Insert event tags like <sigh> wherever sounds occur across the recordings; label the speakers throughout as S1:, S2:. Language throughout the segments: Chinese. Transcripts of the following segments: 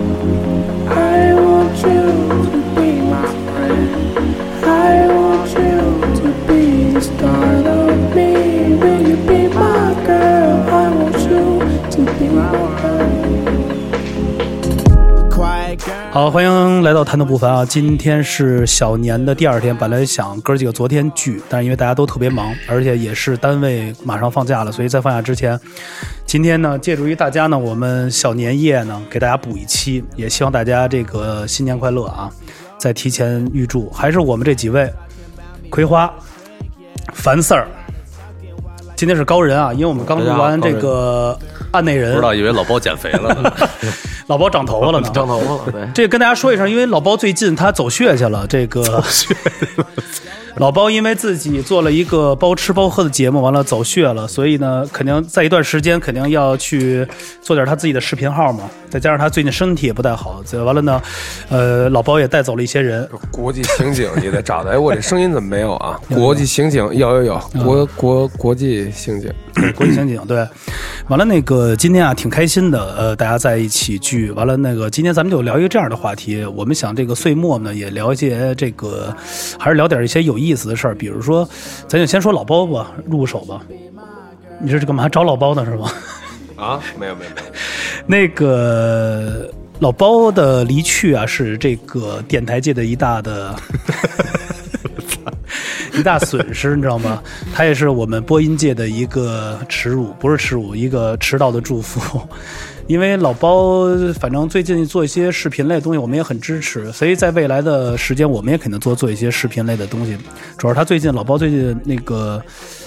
S1: I want you to be my friend. I want you to be the star of me. Will you be my girl? I want you to be my girl. Quiet girl.
S2: 好，欢迎来到谈的不烦啊！今天是小年的第二天，本来想哥儿几个昨天聚，但是因为大家都特别忙，而且也是单位马上放假了，所以在放假之前，今天呢，借助于大家呢，我们小年夜呢，给大家补一期，也希望大家这个新年快乐啊！再提前预祝，还是我们这几位，葵花、樊四儿，今天是高人啊，因为我们刚录完这个案内
S3: 不
S2: 人
S3: 知，哦道，以为老包减肥了。
S4: <laughs>
S2: 老包长头发了呢，
S5: 长头发了，对，
S2: 这跟大家说一声，因为老包最近他走穴去了。这个 <laughs> 老包因为自己做了一个包吃包喝的节目，完了走穴了，所以呢，肯定在一段时间肯定要去做点他自己的视频号嘛。再加上他最近身体也不太好，这完了呢，呃，老包也带走了一些人。
S4: 国际刑警也得找的。哎，我这声音怎么没有啊？国际刑警有有有，国国国际刑警。
S2: 国际刑警对，完了那个今天啊挺开心的，呃，大家在一起聚，完了那个今天咱们就聊一个这样的话题，我们想这个岁末呢也聊一些这个，还是聊点一些有意思的事儿，比如说，咱就先说老包吧，入手吧，你这是干嘛找老包呢是吗？
S4: 啊，没有没有没有，
S2: 那个老包的离去啊，是这个电台界的一大的一大损失，你知道吗？他也是我们播音界的一个耻辱，不是耻辱，一个迟到的祝福。因为老包，反正最近做一些视频类的东西，我们也很支持，所以在未来的时间，我们也肯定多做一些视频类的东西。主要是他最近老包最近那个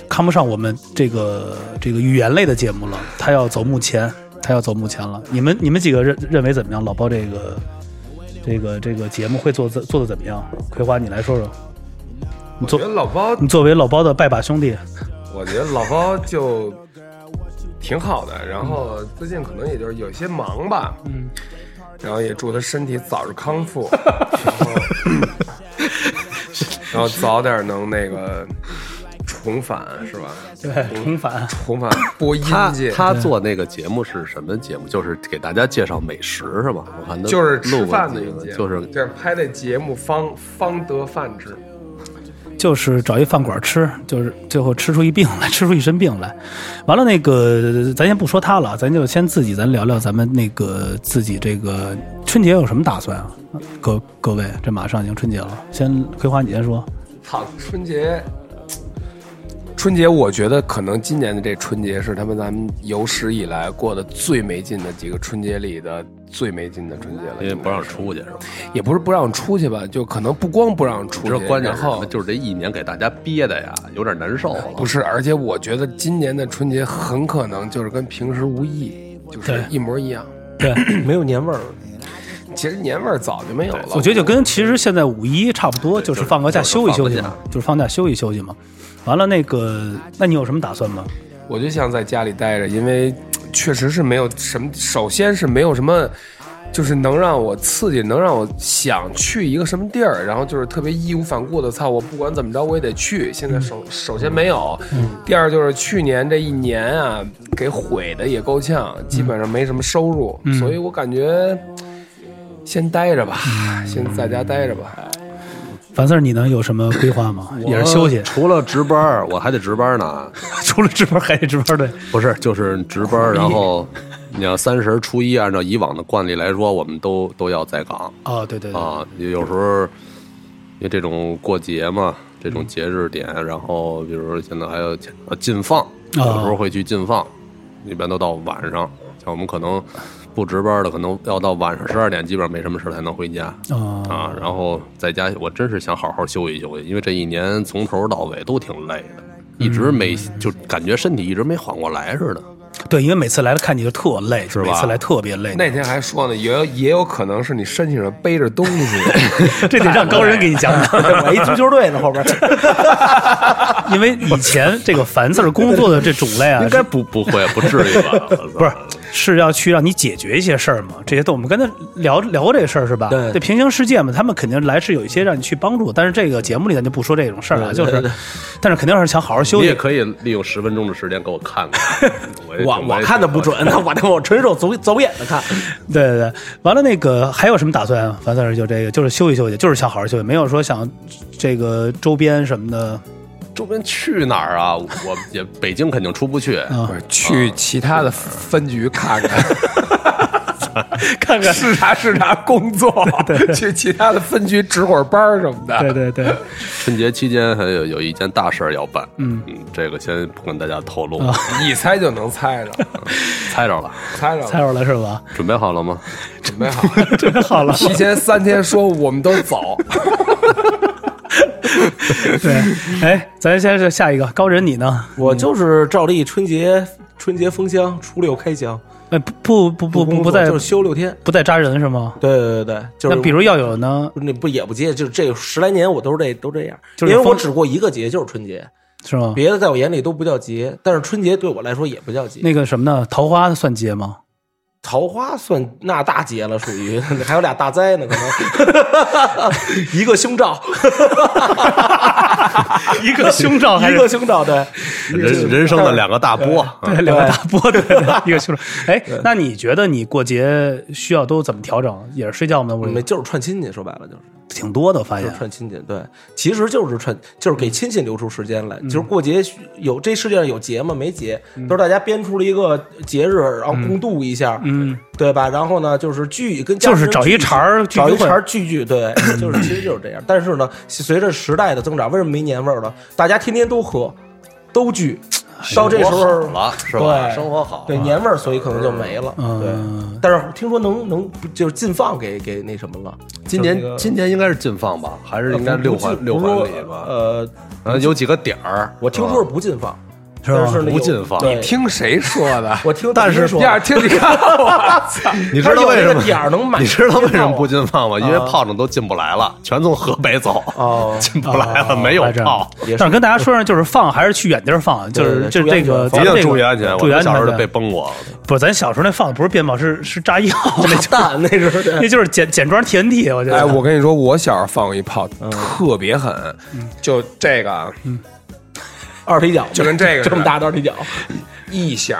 S2: 看不上我们这个这个语言类的节目了，他要走幕前，他要走幕前了。你们你们几个认认为怎么样？老包这个这个这个节目会做得做的怎么样？葵花，你来说说。
S4: <laughs> 我
S2: 你作
S4: 觉得老包，
S2: 你作为老包的拜把兄弟，
S4: 我觉得老包就挺好的。然后最近可能也就是有些忙吧，嗯，然后也祝他身体早日康复，然后 <laughs> 然后早点能那个重返，是吧？
S2: 对，重返
S4: 重返播音
S3: 他
S4: 界。
S3: 他做那个节目是什么节目？就是给大家介绍美食是吧？我看他
S4: 就是吃
S3: 录过
S4: 饭
S3: 几
S4: 的一
S3: 个
S4: 节目，
S3: 就是
S4: 对拍的节目方方得饭吃。
S2: 就是找一饭馆吃，就是最后吃出一病来， <laughs> 吃出一身病来。完了，那个咱先不说他了，咱就先自己咱聊聊咱们那个自己这个春节有什么打算啊？各各位，这马上已经春节了，先葵花你先说。
S4: 操，春节，春节，我觉得可能今年的这春节是他们咱们有史以来过的最没劲的几个春节里的最没劲的春节了。
S3: 因为不让出去是吧？
S4: 也不是不让出去吧，就可能不光不让
S3: 你
S4: 出
S3: 知道
S4: 去，
S3: 关键
S4: 然
S3: 是什
S4: 后
S3: 么？就是这一年给大家憋的呀，有点难受啊了。
S4: 不是，而且我觉得今年的春节很可能就是跟平时无异，就是
S2: 对
S4: 一模一样。 <clears throat>
S2: 对，
S5: 没有年味儿。
S4: 其实年味儿早就没有了。
S2: 我觉得就跟其实现在五一差不多，就是放个假
S3: 就是
S2: 休息休息
S3: 放
S2: 嘛
S3: 个，
S2: 就是放假休息休息嘛。完了，那个，那你有什么打算吗？
S4: 我就想在家里待着，因为确实是没有什么，首先是没有什么，就是能让我刺激，能让我想去一个什么地儿，然后就是特别义无反顾的，操，我不管怎么着我也得去。现在首首先没有，第二就是去年这一年啊，给毁的也够呛，基本上没什么收入，所以我感觉先待着吧，先在家待着吧。
S2: 樊四儿，你呢有什么规划吗？也是休息
S3: 我，除了值班儿，我还得值班儿呢。
S2: <laughs> 除了值班还得值班，对，
S3: 不是， <laughs> 就是值班儿，然后你要三十儿初一，按照以往的惯例来说，我们都都要在岗
S2: <laughs> 哦，对对对，
S3: 啊。有时候因为这种过节嘛，这种节日点，然后比如说现在还有呃禁放，有时候会去禁放，一般都到晚上。像我们可能不值班的，可能要到晚上十二点，基本上没什么事儿才能回家。
S2: 哦
S3: 啊，然后在家我真是想好好休息休息，因为这一年从头到尾都挺累的，一直没就感觉身体一直没缓过来似的。
S2: 对，因为每次来了看你就特累，是
S3: 吧
S2: 每次来特别累，
S4: 那天还说呢，也有也有可能是你身体上背着东西。
S2: 这得让高人给你讲讲。 <laughs>
S5: 我一足球队呢，后边儿
S2: 因 <laughs> 为以前这个樊字儿工作的这种类啊，
S3: 应该不不会不至于吧？
S2: 不是是要去让你解决一些事儿嘛，这些都我们跟他聊聊过这事儿是吧？
S5: 对
S2: 这平行世界嘛，他们肯定来是有一些让你去帮助，但是这个节目里咱就不说这种事儿了，就是，但是肯定是想好好休
S3: 你
S2: 息
S3: 也。可以利用十分钟的时间给我看
S5: <laughs>
S3: 看，我也
S5: 我
S3: 挺
S5: 我看的
S3: <laughs>
S5: 不，准，那我那我纯手走走眼的看，
S2: <laughs> 对对对，完了那个还有什么打算啊？完事儿就这个，就是休息休息，就是想好好休息，没有说想这个周边什么
S5: <laughs>
S2: 的。
S3: 周边去哪儿啊？我也北京肯定出不去，
S2: 啊
S4: 不是去其他的分局看 <laughs> 看，
S2: 看看
S4: 视察视察工 <laughs> 作，去其他的分局值会儿班儿什么的。
S2: 对对对，
S3: 春节期间还有有一件大事儿要办，
S2: 嗯
S3: 这个先不跟大家透
S5: 啊
S3: 露，
S4: 一猜就能 <laughs> 猜着，
S3: 猜着了，
S4: 猜着了
S2: <laughs> 猜着了是吧？
S3: 准备好了吗？
S4: 准备好，
S2: 准备好了，
S4: 提前三天说我们都 <laughs> 走，
S2: <laughs> 对，哎，咱先是下一个高人，你呢？
S5: 我就是照例春节春节封箱，初六开箱，
S2: 哎，不不不
S5: 工
S2: 不
S5: 作
S2: 不再
S5: 就是休六天，
S2: 不再扎人是吗？
S5: 对对对对，就是
S2: 那比如要有呢，
S5: 那不也不接，就是这十来年我都是这都这样，
S2: 就是
S5: 因为我
S2: 封
S5: 只过一个节，就是春节，
S2: 是吗？
S5: 别的在我眼里都不叫节，但是春节对我来说也不叫节。
S2: 那个什么呢？桃花算节吗？
S5: 桃花算那大节了，属
S2: <laughs>
S5: 于还有俩大灾呢，可能一个胸罩，
S2: 一个胸罩
S5: 一个胸罩，对，
S3: 人人生的两个大波，啊
S2: 对两个大波对对， <laughs> 一个胸罩。哎，那你觉得你过节需要都怎么调整？也是睡觉吗？我
S5: 你们就是串亲戚，说白了就是
S2: 挺多的，我发
S5: 就
S2: 现
S5: 是串亲戚，对，其实就是串，就是给亲戚留出时间来，就是过节有这世界上有节吗？没节，都是大家编出了一个节日，然后共度一下，
S2: 嗯，
S5: 对吧？然后呢，就是聚跟家
S2: 就是
S5: 人
S2: 找
S5: 聚
S2: 一茬儿聚
S5: 找一
S2: 聚会
S5: 茬儿聚聚，对，就是其实就是这样。但是呢，随着时代的增长，为什么没年味儿了？大家天天都喝，都聚，到这时候
S3: 生活好了是吧？
S5: 对
S3: 生活好
S5: 对
S3: 了，
S5: 年味儿，所以可能就没了。
S2: 嗯
S5: 对，但是听说能能就是禁放给给那什么了，
S3: 今
S5: 就是那
S3: 年
S5: 个呃
S3: 今年应该是禁放吧，还是应该六环
S5: 不
S3: 六
S5: 哦不
S3: 环里吧？
S5: 呃，
S3: 呃，有几个点儿，啊
S5: 我听说是不禁放，
S2: 是吧
S5: 但是那有
S3: 不禁放
S5: 对，
S4: 听谁说的？
S5: 我听
S3: 但是
S5: 别人说
S4: 第二听你看我， <laughs>
S3: 你知道为什
S5: 它有
S3: 么
S5: 那个点儿能买
S3: 你知道为什么不
S5: 禁啊
S3: 禁放吗？因为炮仗都进不来了，全从河北走，
S5: 哦
S3: 进不来了，没有
S2: 来这样
S3: 炮。
S5: 也是
S2: 但是跟大家说上，就是放还是去远地儿放，就
S5: 对
S2: 是
S5: 对
S2: 就是
S5: 注
S2: 这
S5: 意安全
S2: 个咱
S5: 放
S3: 一
S2: 们
S3: 定
S2: 这个
S3: 注意安全，
S2: 注意
S3: 啊我
S2: 安
S3: 小时候
S2: 全
S3: 被崩过，
S2: 不是咱小时候那放的不是鞭炮，是是炸药，那就
S5: 蛋那是对
S2: <laughs> 那就是简简装 TNT，我觉得。
S4: 哎，
S2: <laughs>
S4: 我跟你说，我小时候放过一炮，特别狠，就这个啊
S5: 二踢脚，
S4: 就跟这个似的
S5: 这么大的二踢脚，
S4: 一响，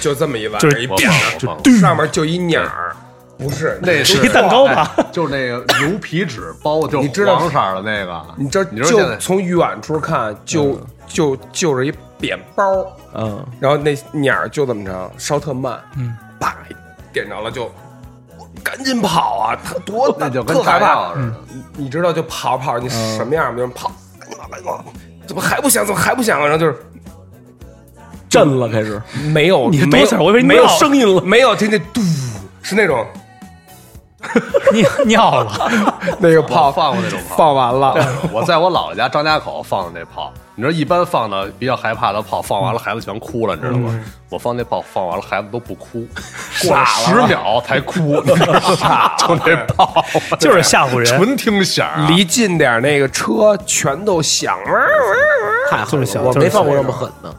S4: 就这么一玩意
S2: 就
S4: 儿，
S2: 是
S4: 一
S3: 我
S4: 啪
S3: 放
S4: 就上面就一鸟儿，不是那
S3: 是哎
S2: 一蛋糕吧，
S3: 就是那个牛皮纸包，就
S4: 你知道
S3: 黄色的那个，
S4: <laughs> 你这
S3: 你说现
S4: 就
S3: 在嗯
S4: 从远处看，就就就是一扁包，
S5: 嗯，
S4: 然后那鸟儿就这么长，烧特慢，嗯，啪点着了就。赶紧跑啊！他多
S3: 那就跟
S4: 特害
S3: 炸
S4: 怕
S3: 药似的，嗯
S4: 你你知道就跑跑，你什么样吗？就是跑，赶紧跑，赶紧跑！怎么还不响？怎么还不响啊？然后就是
S5: 震了开始，
S2: 嗯
S4: 没有，
S2: 你是
S4: 没有
S2: 多想我以为你
S4: 没有
S2: 闹了
S4: 声音了，没有听见嘟，是那种
S2: 尿尿了，
S4: 那个
S3: 炮放过那种
S4: <laughs> 放
S3: 炮
S4: 完了，
S3: 我在我姥姥家张家口放的那炮，你知道一般放的比较害怕的炮，放完了孩子全哭了，你知道吗？我放那炮放完了，孩子都不哭，过了十秒才哭，你知道吗？就那炮，
S2: 就是吓唬人。
S3: 纯听响啊，
S4: 离近点儿那个车全都响，嗡嗡嗡
S5: 太狠
S2: 就是小
S5: 了，我
S2: 就是
S5: 没放过
S2: 小
S5: 这么狠的。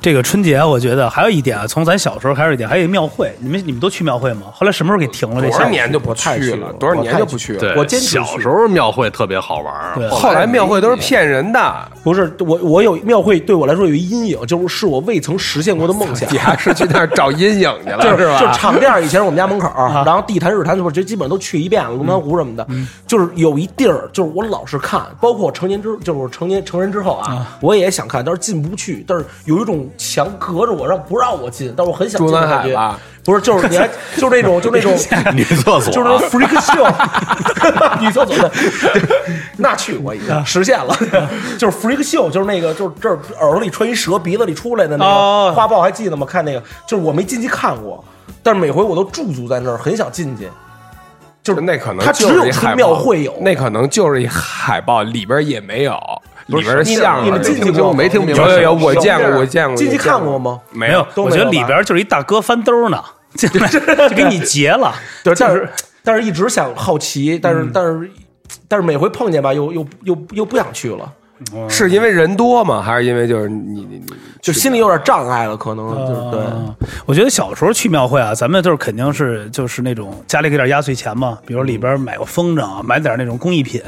S2: 这个春节，我觉得还有一点啊，从咱小时候开始一点，还有一庙会，你们你们都去庙会吗？后来什么时候给停了这
S4: 多
S2: 项
S4: 少
S2: 目？
S4: 年就不
S5: 我太
S4: 去
S5: 去
S4: 了，
S5: 了
S4: 多少
S5: 我
S4: 年
S5: 太
S4: 就
S5: 去
S4: 不去了。
S3: 对，
S5: 我坚持
S3: 小
S5: 去
S3: 时候庙会特别好玩儿
S2: 对，
S4: 后来庙会都是骗人的，
S5: 不是我，我有庙会对我来说有一阴影，就是是我未曾实现过
S2: <laughs>
S5: 的梦想。
S4: 你还是去那儿找阴影去了，
S5: 就是
S4: 吧？啊
S5: 就是场店儿以前是我们家门口儿，然后地坛、日坛什么，就基本上都去一遍了，龙潭湖什么的。
S4: 嗯
S5: 就是有一地儿，就是我老是看，包括我成年之，就是我成年成人之后啊，我也想看，但是进不去，但是有一种墙隔着我，让不让我进，但是我很想进
S4: 中南
S5: 的感
S4: 海
S5: 觉
S4: 吧
S5: 不是，就是你
S4: <laughs>
S5: 还就是那种就那种
S3: 女厕所
S5: 就是那
S4: <laughs>
S5: freak show，女厕 <laughs> 所的，那去过一
S4: 啊
S5: 个，实现了，就是 freak show，就是那个就是这儿耳朵里穿一蛇，鼻子里出来的那
S2: 哦
S5: 个花豹，还记得吗？看那个，就是我没进去看过，但是每回我都驻足在那儿，很想进去。就是
S4: 那可能
S5: 它只
S4: 就是
S5: 有
S4: 一海
S5: 春
S4: 报
S5: 庙会有，
S4: 那可能就是一海报，里边也没有，里边
S5: 你
S4: 像啊
S5: 你们进去
S3: 听
S5: 过
S3: 我没听明白
S4: 有有有，
S3: 什么
S4: 我见过，我见过，
S5: 进去
S4: 我见
S5: 看过吗？
S4: 没
S2: <laughs> 没有
S4: 有，，
S5: 都
S2: 我
S5: 没有
S2: 觉得
S5: 吧
S2: 里边就是一大哥翻兜呢， <laughs> 进来就给你截了。
S5: 对，但是但
S4: 嗯
S5: 是一直想好奇，但是但是但是每回碰见吧，又又又又不想去了。
S4: 是因为人多吗？还是因为就是你你你
S5: 就心里有点障碍了，可能就是对。
S2: 啊我觉得小时候去庙会啊，咱们就是肯定是就是那种家里给点压岁钱嘛，比如里边买个风筝啊，买点那种工艺品，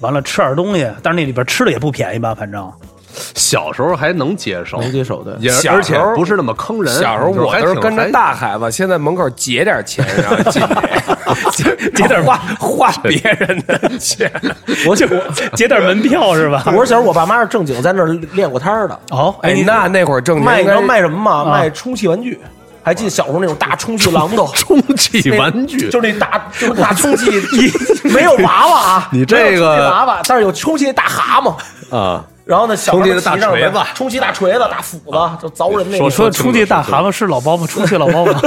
S2: 完了吃点东西，但是那里边吃的也不便宜吧，反正
S3: 小时候还能接受，
S5: 能接受对
S3: 也
S4: 小
S3: 而且
S4: 时候
S3: 不是那么坑人。
S4: 小时候我
S3: 还
S4: 都是
S3: 挺
S4: 跟着
S3: 还
S4: 大海子，现在门口结点钱，然后进去，
S2: 结点
S4: 花花别人的钱。
S2: <laughs> 我就结点门票是吧？
S5: 我小时候我爸妈是正经在那儿练过摊儿的，
S2: 哦，哎，
S4: 哎，
S2: 你
S4: 那那会儿正经
S5: 卖你
S4: 应
S5: 知
S4: 该
S5: 道卖什么吗？卖充气玩具。还记得小时候那种大充气榔头，
S3: 充
S4: <laughs>
S3: 气玩具，
S5: 就是那大就是大充气，没有娃娃啊，
S3: 你这个
S5: 没有充气娃娃，但是有充气那大蛤蟆。
S3: 啊，
S5: 然后呢，小
S3: 充气
S5: 时
S3: 的
S5: 候
S3: 大
S5: 骑上
S3: 锤子
S5: 面充气大锤子、大斧子，就凿人那
S2: 我
S5: 个。
S2: 说充气大蛤蟆是老包吗？充气老包 <laughs> 吗？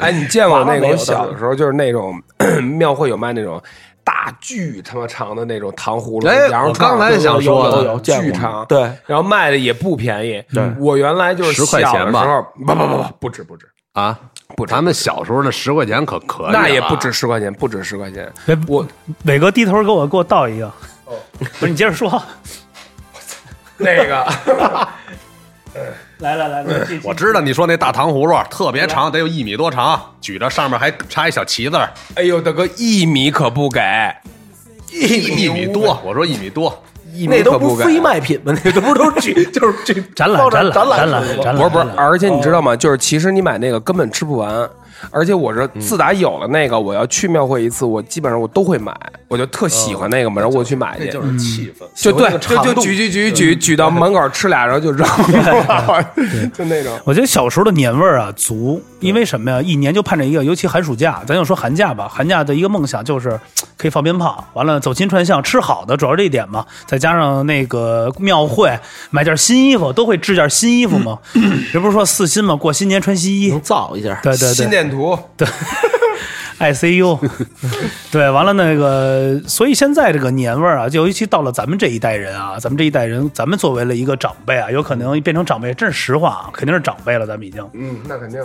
S4: 哎，你见过那
S5: 娃娃
S4: 个？
S5: 没有
S4: 我小的时候就是那种 <clears throat> 庙会有卖那种大巨他妈长的那种糖葫芦、
S3: 哎
S4: 羊肉
S3: 我
S4: 串儿，
S3: 刚才
S4: 对
S3: 想
S4: 对
S3: 说
S4: 有有
S3: 的
S4: 有
S5: 见过
S4: 巨长，
S5: 对
S4: 然后卖的也不便宜。对，我原来就是
S3: 10块钱
S4: 小的时
S3: 吧
S4: 候，不不不不，不止不止，
S3: 啊，
S4: 不止
S3: 咱们小时候那十块钱可可以了，
S4: 那也不止十块钱，不止十块钱。
S2: 哎
S4: 我
S2: 伟哥低头给我给我倒一个。不是你接着说，
S4: 那个 <laughs>
S2: 来来来，来继续
S3: 我知道你说那大糖葫芦特别长，得有一米多长，举着上面还插一小旗子儿，
S4: 哎呦，大哥，一米可不给，
S3: 一米多，我说一米多，
S4: 一米可
S5: <laughs> 那都
S4: 不
S5: 不
S4: 给
S5: 是。非卖品吗？那都不都是举就是这
S2: 展览
S5: 包
S2: 展览
S5: 展
S2: 展
S5: 览
S2: 览展览，
S4: 不是不是
S2: 展，览
S4: 而且你知道吗？就是其实你买那个根本吃不完，而且我是自打有了那个，我要去庙会一次，我基本上我都会买，我就特喜欢那个嘛，然后我去买去，
S3: 是气
S5: <laughs>
S3: 氛。
S4: 就对，
S5: 个
S4: 就
S5: 长
S4: 就
S5: 度
S4: 举举举举举到门口吃俩，然后就扔了， <laughs> 就那种。
S2: 我觉得小时候的年味儿啊足，因为什么呀？一年就盼着一个，尤其寒暑假，咱就说寒假吧。寒假的一个梦想就是嘖可以放鞭炮，完了走亲串巷，吃好的，主要是这一点嘛。再加上那个庙会，买件新衣服，都会制件新衣服 <laughs> 嘛。人不是说四新嘛，过新年穿新衣
S5: 能。造一下。
S2: 对对
S4: 心
S2: 对 <laughs>
S4: 电图， <laughs>
S2: ，ICU，对，完了那个，所以现在这个年味儿啊，就尤其到了咱们这一代人啊，咱们这一代人，咱们作为了一个长辈啊，有可能变成长辈，这是实话啊，肯定是长辈了，咱们已经。
S4: 嗯，那肯定。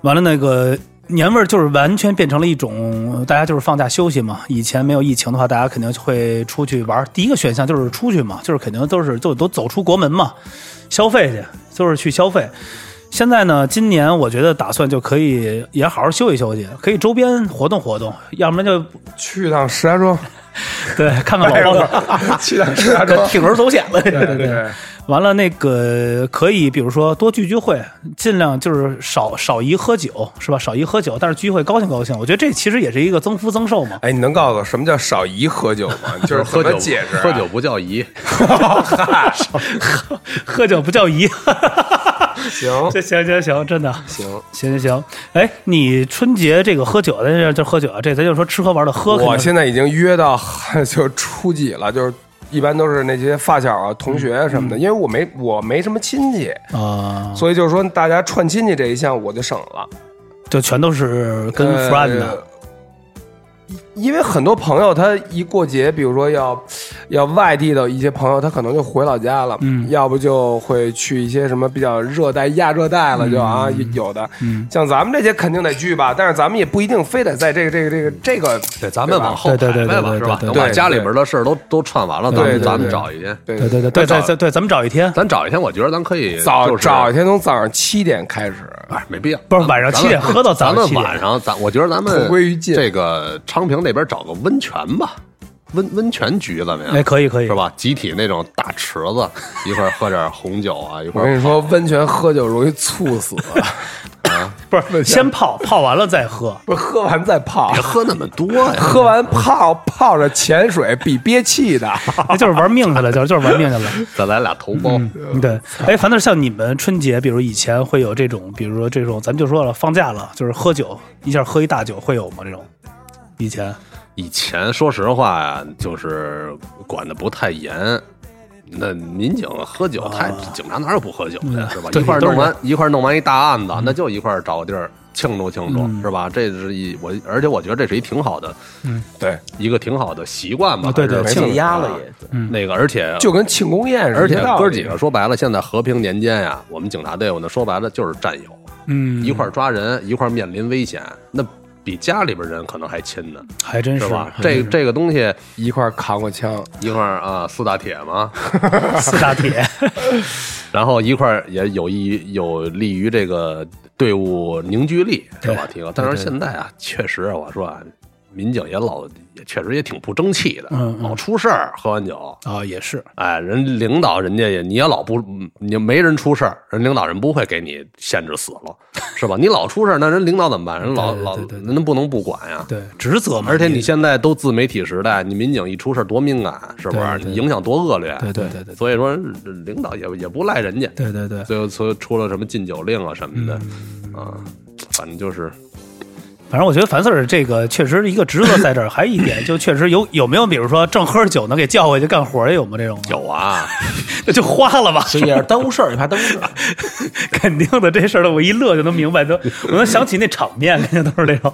S2: 完了那个年味儿就是完全变成了一种，大家就是放假休息嘛。以前没有疫情的话，大家肯定会出去玩儿。第一个选项就是出去嘛，就是肯定都是就都走出国门嘛，消费去，就是去消费。现在呢，今年我觉得打算就可以也好好休息休息，可以周边活动活动，要不然就
S4: 去趟石家庄，
S2: 对看看老包子。
S4: 去趟石
S2: <laughs>
S4: 家
S5: 这
S4: 庄。
S5: 铤而走险了，这
S4: 对对对，
S2: 完了，那个可以，比如说多聚聚会，尽量就是少少宜喝酒，是吧？少宜喝酒，但是聚会高兴高兴。我觉得这其实也是一个增福增寿嘛。 <laughs>
S4: 哎，你能告诉我什么叫少宜喝酒吗？就是
S3: 喝
S4: 怎
S3: 酒
S4: 么解释啊，
S3: 喝
S4: <laughs>
S3: 酒不 <laughs> 叫姨，
S2: 喝酒不叫姨，
S4: 行
S2: 这行行行，真的
S4: 行。
S2: 行行行。哎，你春节这个喝酒的，这就喝酒啊，这咱就说吃喝玩的喝，
S4: <laughs> 我
S2: 肯定
S4: 现在已经约到呃就初几了，就是一般都是那些发小啊、同学啊什么的，因为我没我没什么亲戚，
S2: 啊、
S4: 所以就是说大家串亲戚这一项我就省了，
S2: 就全都是跟
S4: 呃
S2: friend 的。
S4: 因为很多朋友他一过节，比如说要要外地的一些朋友，他可能就回老家了，嗯，要不就会去一些什么比较热带、亚热带了，就啊、有有的，嗯，像咱们这些肯定得聚吧，但是咱们也不一定非得在这个这个这个这个，
S3: 对，咱们
S4: 吧
S3: 往后
S2: 对对对对
S3: 排排吧，
S2: 对
S3: 是吧？
S2: 对
S3: 等
S4: 对
S3: 把家里
S4: 对
S3: 边的事儿都都串完了，咱
S4: 对
S3: 们
S4: 对
S3: 咱们
S4: 对
S3: 找一天，
S4: 对
S2: 对对对对，
S4: 咱
S2: 对
S4: 找
S2: 对对，咱们找一天，
S3: 咱找一天，我觉得咱可以
S4: 早
S3: 就是
S4: 找一天，从早上七点开始，
S3: 哎，没必要，
S2: 不是晚上
S3: 咱
S2: 七点
S3: 咱
S2: 喝到早上
S3: 咱
S2: 七
S3: 们
S2: 点
S3: 晚上，咱我觉得咱们
S4: 同归于尽
S3: 这个昌平那边找个温泉吧，温温泉局怎么样？
S2: 哎，可以可以，
S3: 是吧？集体那种大池子，一块儿喝点红酒啊，一块
S4: 我
S3: 儿
S4: 跟你说，温泉喝酒容易猝死，
S2: 不是先泡泡完了再喝，
S4: 不是喝完再泡
S3: 别，喝那么多呀。
S2: <laughs>
S4: 喝完泡泡着潜水比憋气的。
S2: 那就是玩命去了，就是就是玩命去了。
S3: <laughs> 再来俩头孢，
S2: 嗯，对，哎，反正像你们春节，比如以前会有这种，比如说这种，咱们就说了，放假了就是喝酒，一下喝一大酒，会有吗？这种以前
S3: 以前说实话呀，就是管的不太严。那民警喝酒，太警察哪有不喝酒的，是
S2: 啊嗯
S3: 吧？
S2: 对
S3: 一块儿
S2: 都
S3: 弄
S2: 是嗯
S3: 完一块儿弄完一大案子，那就一块儿找个地儿庆祝庆祝，是吧？这是一我，而且我觉得这是一挺好的
S4: 对，
S3: 一个挺好的习惯吧
S2: 啊。对
S3: 还是
S2: 对
S3: 庆祝
S5: 解压了也
S3: 啊。
S2: 嗯
S3: 那个，而且
S4: 就跟庆功宴似的。
S3: 而且
S4: 一道理
S3: 哥几个说白了，现在和平年间呀，我们警察队伍呢，说白了就是战友，
S2: 嗯
S3: 一块儿抓人，一块儿面临危险，那比家里边人可能还亲呢，
S2: 还真
S3: 是
S2: 是
S3: 吧？这
S2: <laughs>
S3: 这个东西
S4: 一块儿扛过枪，
S3: 一块儿啊，四大铁嘛，
S2: 四大铁，
S3: 然后一块儿也有益有利于这个队伍凝聚力，是吧？提高。但是现在啊，确实啊我说啊，民警也老也确实也挺不争气的，
S2: 嗯嗯
S3: 老出事儿，喝完酒。
S2: 啊，也是，
S3: 哎，人领导人家也你也老不，你没人出事儿，人领导人不会给你限制死了，是吧？你老出事儿，那人领导怎么办？人老
S2: 对对
S3: 老
S2: 对对
S3: 人不能不管呀。
S2: 对，职责嘛。
S3: 而且你现在都自媒体时代，你民警一出事儿多敏感，是不是？你影响多恶劣。
S2: 对对对对
S3: 所以说，领导也也不赖人家。
S2: <laughs> 对对对，
S3: 最后出出了什么禁酒令啊什么的，
S2: 嗯
S3: 啊，反正就是
S2: 反正我觉得樊 Sir 这个确实一个职责在这儿，还一点就确实有有没有，比如说正喝着酒呢，给叫回去干活儿也有吗？这种 <laughs>
S3: 有啊，
S2: 那就花了吧，
S5: 其实也是耽误事儿，也怕耽误事儿。
S2: <laughs> 肯定的这事儿的，我一乐就能明白，都我能想起那场面， <laughs> 肯定都是这种，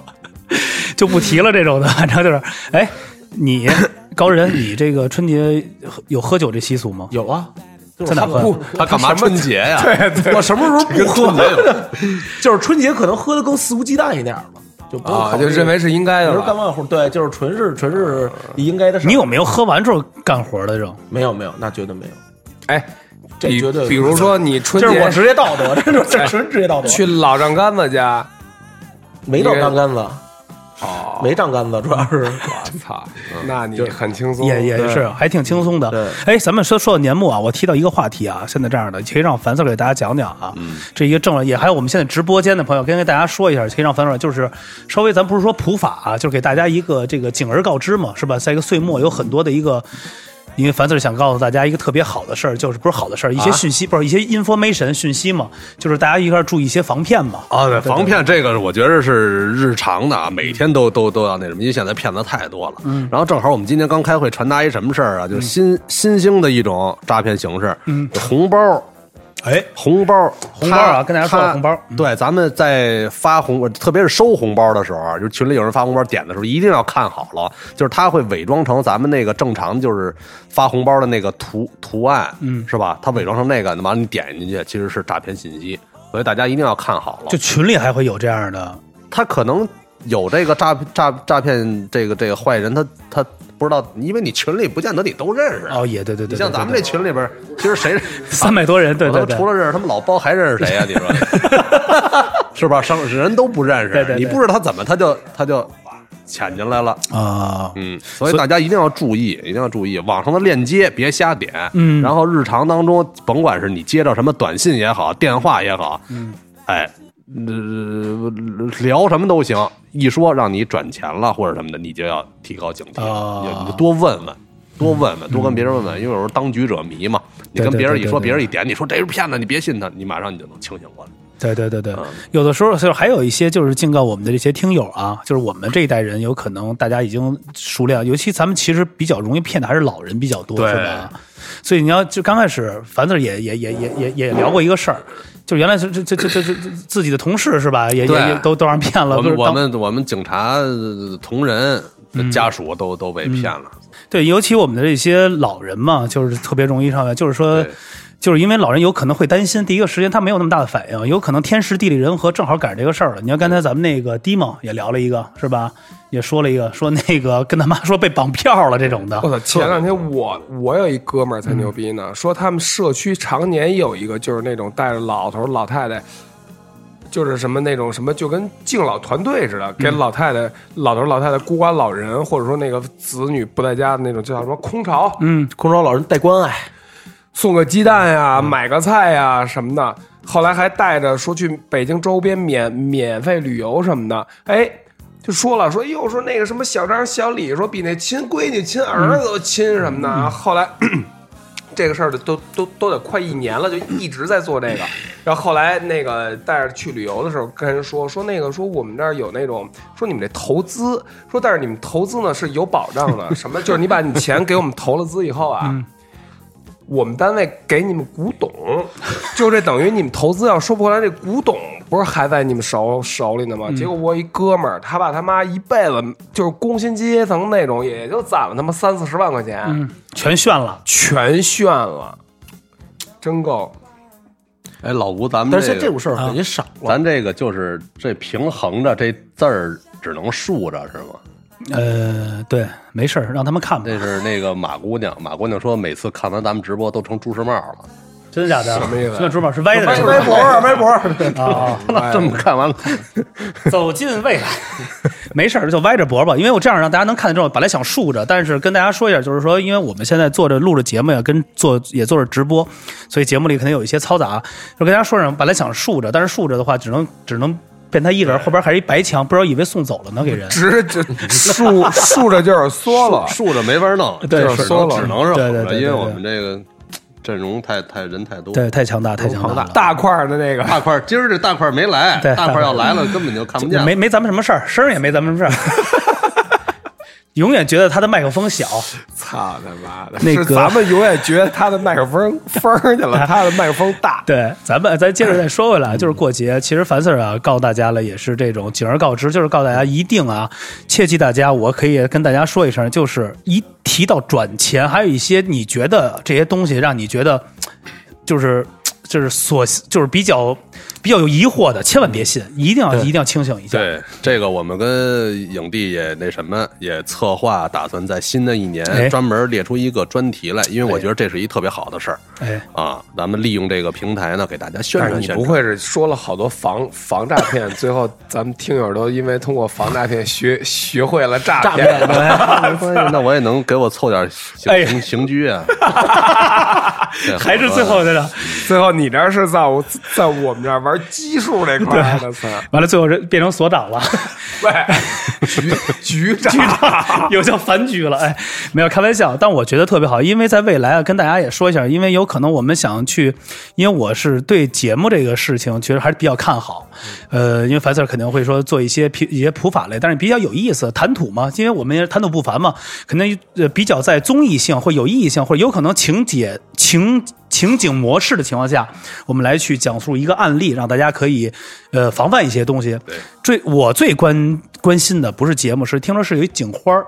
S2: 就不提了这种的， <laughs> 反正就是，哎，你高人，你这个春节喝有喝酒这习俗吗？
S5: 有啊，就是
S2: 在哪
S5: 他
S2: 喝
S5: 不，
S3: 他干嘛春节
S2: <laughs>
S3: 呀？
S5: <laughs> 我什么时候不喝？ <laughs> 就是春节可能喝的更肆无忌惮一点了，就不用
S4: 啊，
S5: 考虑
S4: 就认为是应该
S5: 有
S4: 的
S5: 时候干
S4: 了。
S5: 完活，对，就是纯是纯是应该的事儿。
S2: 你有没有喝完之后干活的这种？
S5: 没有没有，那绝对没有。
S4: 哎，
S5: 这
S4: 比
S5: 绝对
S4: 比如说你春
S5: 这是我
S4: 节
S5: 职业道德，这是这是纯职业道
S4: <laughs>
S5: 德。
S4: 去老丈杆子家，
S5: 没到杠杆子，
S4: 哦，
S5: 没杠杆子，主
S4: <laughs>
S5: 要是
S4: 我操，那你
S5: 就
S4: 很轻
S3: 哦
S4: 松，
S2: 也也是，还挺轻松
S5: 对
S3: 嗯
S2: 的。哎，咱们说说到年末啊，我提到一个话题啊，现在这样的，可以让樊 Sir 给大家讲讲啊，
S3: 嗯
S2: 这一个正了，也还有我们现在直播间的朋友，跟跟大家说一下，可以让樊 Sir 就是稍微，咱不是说普法啊，就是给大家一个这个警而告之嘛，是吧？在一个岁末有很多的一个。因为樊 Sir 想告诉大家一个特别好的事儿，就是不是好的事儿，一
S3: 啊
S2: 些讯息、不是一些 information 讯息嘛，就是大家一块儿注意一些防骗嘛。
S3: 啊，对，防骗这个我觉得是日常的啊，每天都都都要那什么，因为现在骗子太多了。嗯，然后正好我们今天刚开会传达一什么事儿啊，
S2: 嗯
S3: 就是新新兴的一种诈骗形式，嗯，红包。
S2: 哎，
S3: 红包，
S2: 红包啊
S3: 他
S2: 跟大家说
S3: 他
S2: 红包嗯
S3: 对，咱们在发红，特别是收红包的时候啊，就是群里有人发红包点的时候，一定要看好了，就是他会伪装成咱们那个正常就是发红包的那个图图案，嗯，是吧？他伪装成那个，完了你点进去其实是诈骗信息，所以大家一定要看好了。
S2: 就群里还会有这样的，
S3: 他可能有这个诈诈诈骗这个这个坏人，他他不知道，因为你群里不见得你都认识啊。
S2: 哦，也对对对，
S3: 你像
S2: 对
S3: 咱们
S2: 对
S3: 这群里边，其实谁
S2: <laughs> 三百多人，对
S3: 我
S2: 对
S3: 都
S2: 对，
S3: 除了认识他们老包，还认识谁啊呀、你
S2: <laughs>
S3: 说是吧？上人都不认识，
S2: 对对对
S3: 你不知道他怎么他就他就潜进来了。
S2: 啊，
S3: 嗯，所以大家一定要注意，一定要注意网上的链接别瞎点。
S2: 嗯
S3: 然后日常当中，甭管是你接到什么短信也好，电话也好，嗯，哎，呃聊什么都行，一说让你转钱了或者什么的，你就要提高警惕，
S2: 啊嗯
S3: 你就多问问。多问问，多跟别人问问，因为有时候当局者迷嘛。你
S2: 对
S3: 跟
S2: 对
S3: 别人
S2: 对
S3: 一
S2: 对
S3: 说，
S2: 对
S3: 别人一点，你说这是骗子，你别信他，你马上你就能清醒过来。
S2: 对对对对，
S3: 嗯
S2: 有的时候就是还有一些就是警告我们的这些听友啊，就是我们这一代人有可能大家已经熟练了，尤其咱们其实比较容易骗的还是老人比较多，
S3: 对
S2: 是吧？所以你要就刚开始，樊子也也也也也也聊过一个事儿，就原来是这这这这这这自己的同事是吧？也也
S3: 对
S2: 也都都让骗了，
S3: 我
S2: 不是
S3: 们
S2: 当嗯
S3: 我们我们警察呃同仁的家属都都被骗了，
S2: 对，尤其我们的这些老人嘛，就是特别容易上来，就是说
S3: 对，
S2: 就是因为老人有可能会担心，第一个时间他没有那么大的反应，有可能天时地利人和正好赶上这个事儿了。你看刚才咱们那个 d i m o 也聊了一个，是吧？也说了一个，说那个 <laughs> 跟他妈说被绑票了这种的
S4: 我，操！前两天我我有一哥们儿才牛逼呢，说他们社区常年有一个就是那种带着老头儿老太太，就是什么那种什么就跟敬老团队似的，给老太太、老头儿老太太孤寡老人，或者说那个子女不在家的那种，就叫什么空巢，
S2: 嗯，
S5: 空巢老人带关爱，
S4: 送个鸡蛋呀、买个菜呀什么的。后来还带着说去北京周边免免费旅游什么的，哎，就说了说又说那个什么小张小李说比那亲闺女亲儿子都亲什么的。啊。后来咳咳这个事儿都都都得快一年了，就一直在做这个。然后后来那个带着去旅游的时候，跟人说说那个说我们这儿有那种说你们这投资，说但是你们投资呢是有保障的，什么就是你把你钱给我们投了资以后啊。我们单位给你们古董，就这等于你们投资要收不回来，这古董不是还在你们手手里呢吗？结果我一哥们儿，他爸他妈一辈子就是工薪阶层那种，也就攒了他妈三四十万块钱，
S2: 嗯全炫了。
S4: 全炫了，真够！
S3: 哎，老吴，咱们
S5: 但是
S2: 啊
S3: 这个
S5: 现在这种事儿也少了。
S3: 咱这个就是这平衡着这字儿只能竖着是吗？
S2: 呃，对，没事儿，让他们看吧。
S3: 这是那个马姑娘，马姑娘说每次看完咱们直播都成朱时茂了，
S2: 真的假的？什
S4: 么意思
S2: 这主宝是歪的是吧
S5: 微博啊，微博啊，
S3: <laughs>
S2: 啊，
S3: 这么看完了，
S2: <laughs> 走进未来，没事儿就歪着脖吧，因为我这样让大家能看得着。本来想竖着，但是跟大家说一下，就是说，因为我们现在做着录着节目呀，跟做也做着直播，所以节目里肯定有一些嘈杂。就跟大家说上，本来想竖着，但是竖着的话，只能只能变他一人，后边还是一白墙，不知道以为送走了呢，给人。
S4: 直就竖 <laughs> 竖着就是缩了，
S3: 竖着没法弄，
S2: <laughs> 对
S3: 就是只能
S4: 是
S3: 只能是
S2: 对对对
S3: 横着，
S2: 对
S3: 因
S2: 对
S3: 为我们这个阵容太太人太多。
S2: 对，太强大，太强大了。
S4: 大块儿的那个
S3: 大块儿今儿这大块儿没来，
S2: 对
S3: 大块儿要来了根本就看不见。
S2: 没没咱们什么事儿，声儿也没咱们什么事儿， <laughs> 永远觉得他的麦克风小。
S4: 操他妈的！
S2: 那个
S4: 是咱们永远觉得他的麦克风风儿去 <laughs> 了，他的麦克风大。
S2: <laughs> 对，咱们咱接着再说回来，就是过节，其实樊 Sir 啊告大家了，也是这种警而告之，就是告大家一定啊，切记大家，我可以跟大家说一声，就是一提到转钱，还有一些你觉得这些东西让你觉得就是就是所就是比较比较有疑惑的，千万别信，一定要一定要清醒一下。
S3: 对 <laughs> 这个，我们跟影帝也那什么，也策划打算在新的一年
S2: 哎
S3: 专门列出一个专题来，因为我觉得这是一特别好的事儿
S2: 哎，
S3: 啊。咱们利用这个平台呢，给大家宣
S4: 但是
S3: 传
S4: 你
S3: 宣
S4: 不
S3: 传。
S4: 会是说了好多防防诈骗，最后咱们听友都因为通过防诈骗学学会了诈骗，
S3: 没 <laughs> 关哎系，那我也能给我凑点
S2: 哎
S3: 刑刑刑拘啊。这
S2: 还是最后的了。
S4: 最后你这是在我在我们这儿玩基数这块儿的操，
S2: 完了，最后是变成所长了，
S4: 喂， <laughs> 局局长，
S2: 有叫反局了。哎，没有开玩笑，但我觉得特别好，因为在未来啊，跟大家也说一下，因为有可能我们想去，因为我是对节目这个事情觉得还是比较看好。呃，因为樊 Sir 肯定会说做一些皮一些普法类，但是比较有意思，谈吐嘛，因为我们也是谈吐不凡嘛，肯定呃比较在综艺性或有意义性，或者有可能情节情。情景模式的情况下，我们来去讲述一个案例，让大家可以，呃，防范一些东西。对，最我最关关心的不是节目，是听说是有一警花儿，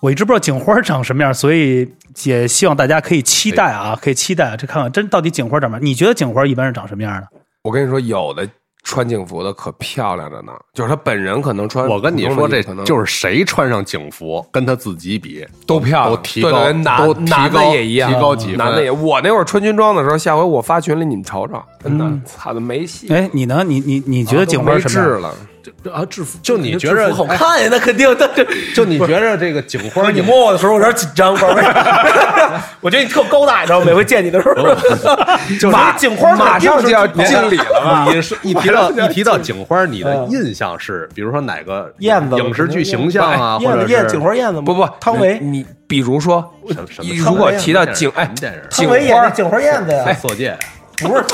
S2: 我一直不知道警花长什么样，所以也希望大家可以期待啊，可以期待啊，这看看真到底警花长什么样。你觉得警花一般是长什么样的？
S4: 我跟你说，有的穿警服的可漂亮着呢，就是他本人可能穿普
S3: 我
S4: 通的
S3: 跟
S4: 衣
S3: 你
S4: 服，
S3: 说，这
S4: 可能
S3: 就是谁穿上警服，跟他自己比，
S4: 都漂亮，
S3: 都提高
S4: 对对对男
S3: 都提高
S4: 男的也一样，
S3: 提高几分
S4: 男的也。我那会儿穿军装的时候，下回我发群里你们瞅瞅，真的，
S3: 嗯
S4: 操的没
S5: 嗯
S4: 戏。
S2: 哎，你呢？你你你觉得警花
S4: 没
S2: 什
S4: 治
S2: 么样？
S4: 了，
S5: 啊，制服
S3: 就你觉着
S5: 制服好看呀？那肯定，
S4: <laughs>
S5: 但这
S3: 就你觉着这个警
S5: 不
S3: 花
S5: 是你
S3: 影
S5: 摸我的时候我有点紧张，宝贝。 <laughs> 我觉得你特高大，你知道吗？每回见你的时候， <laughs> 就是
S4: 哦马
S5: 警花
S4: 马上就要敬礼了吧？
S3: 你是一提到一提到警花，你的印象是，比如说哪个
S5: 燕子
S3: 影视剧形象啊，或
S5: 燕
S3: 者
S5: 子
S3: 是
S5: 燕子警花燕子吗
S4: 不不，
S5: 汤唯
S4: 你你比如说
S3: 什么什，么
S4: 如果提到警，哎，
S3: 什么电影
S5: 汤
S4: 警
S5: 唯演
S4: 花
S5: 的警花燕子呀，
S3: <laughs> 色戒，啊
S5: 不是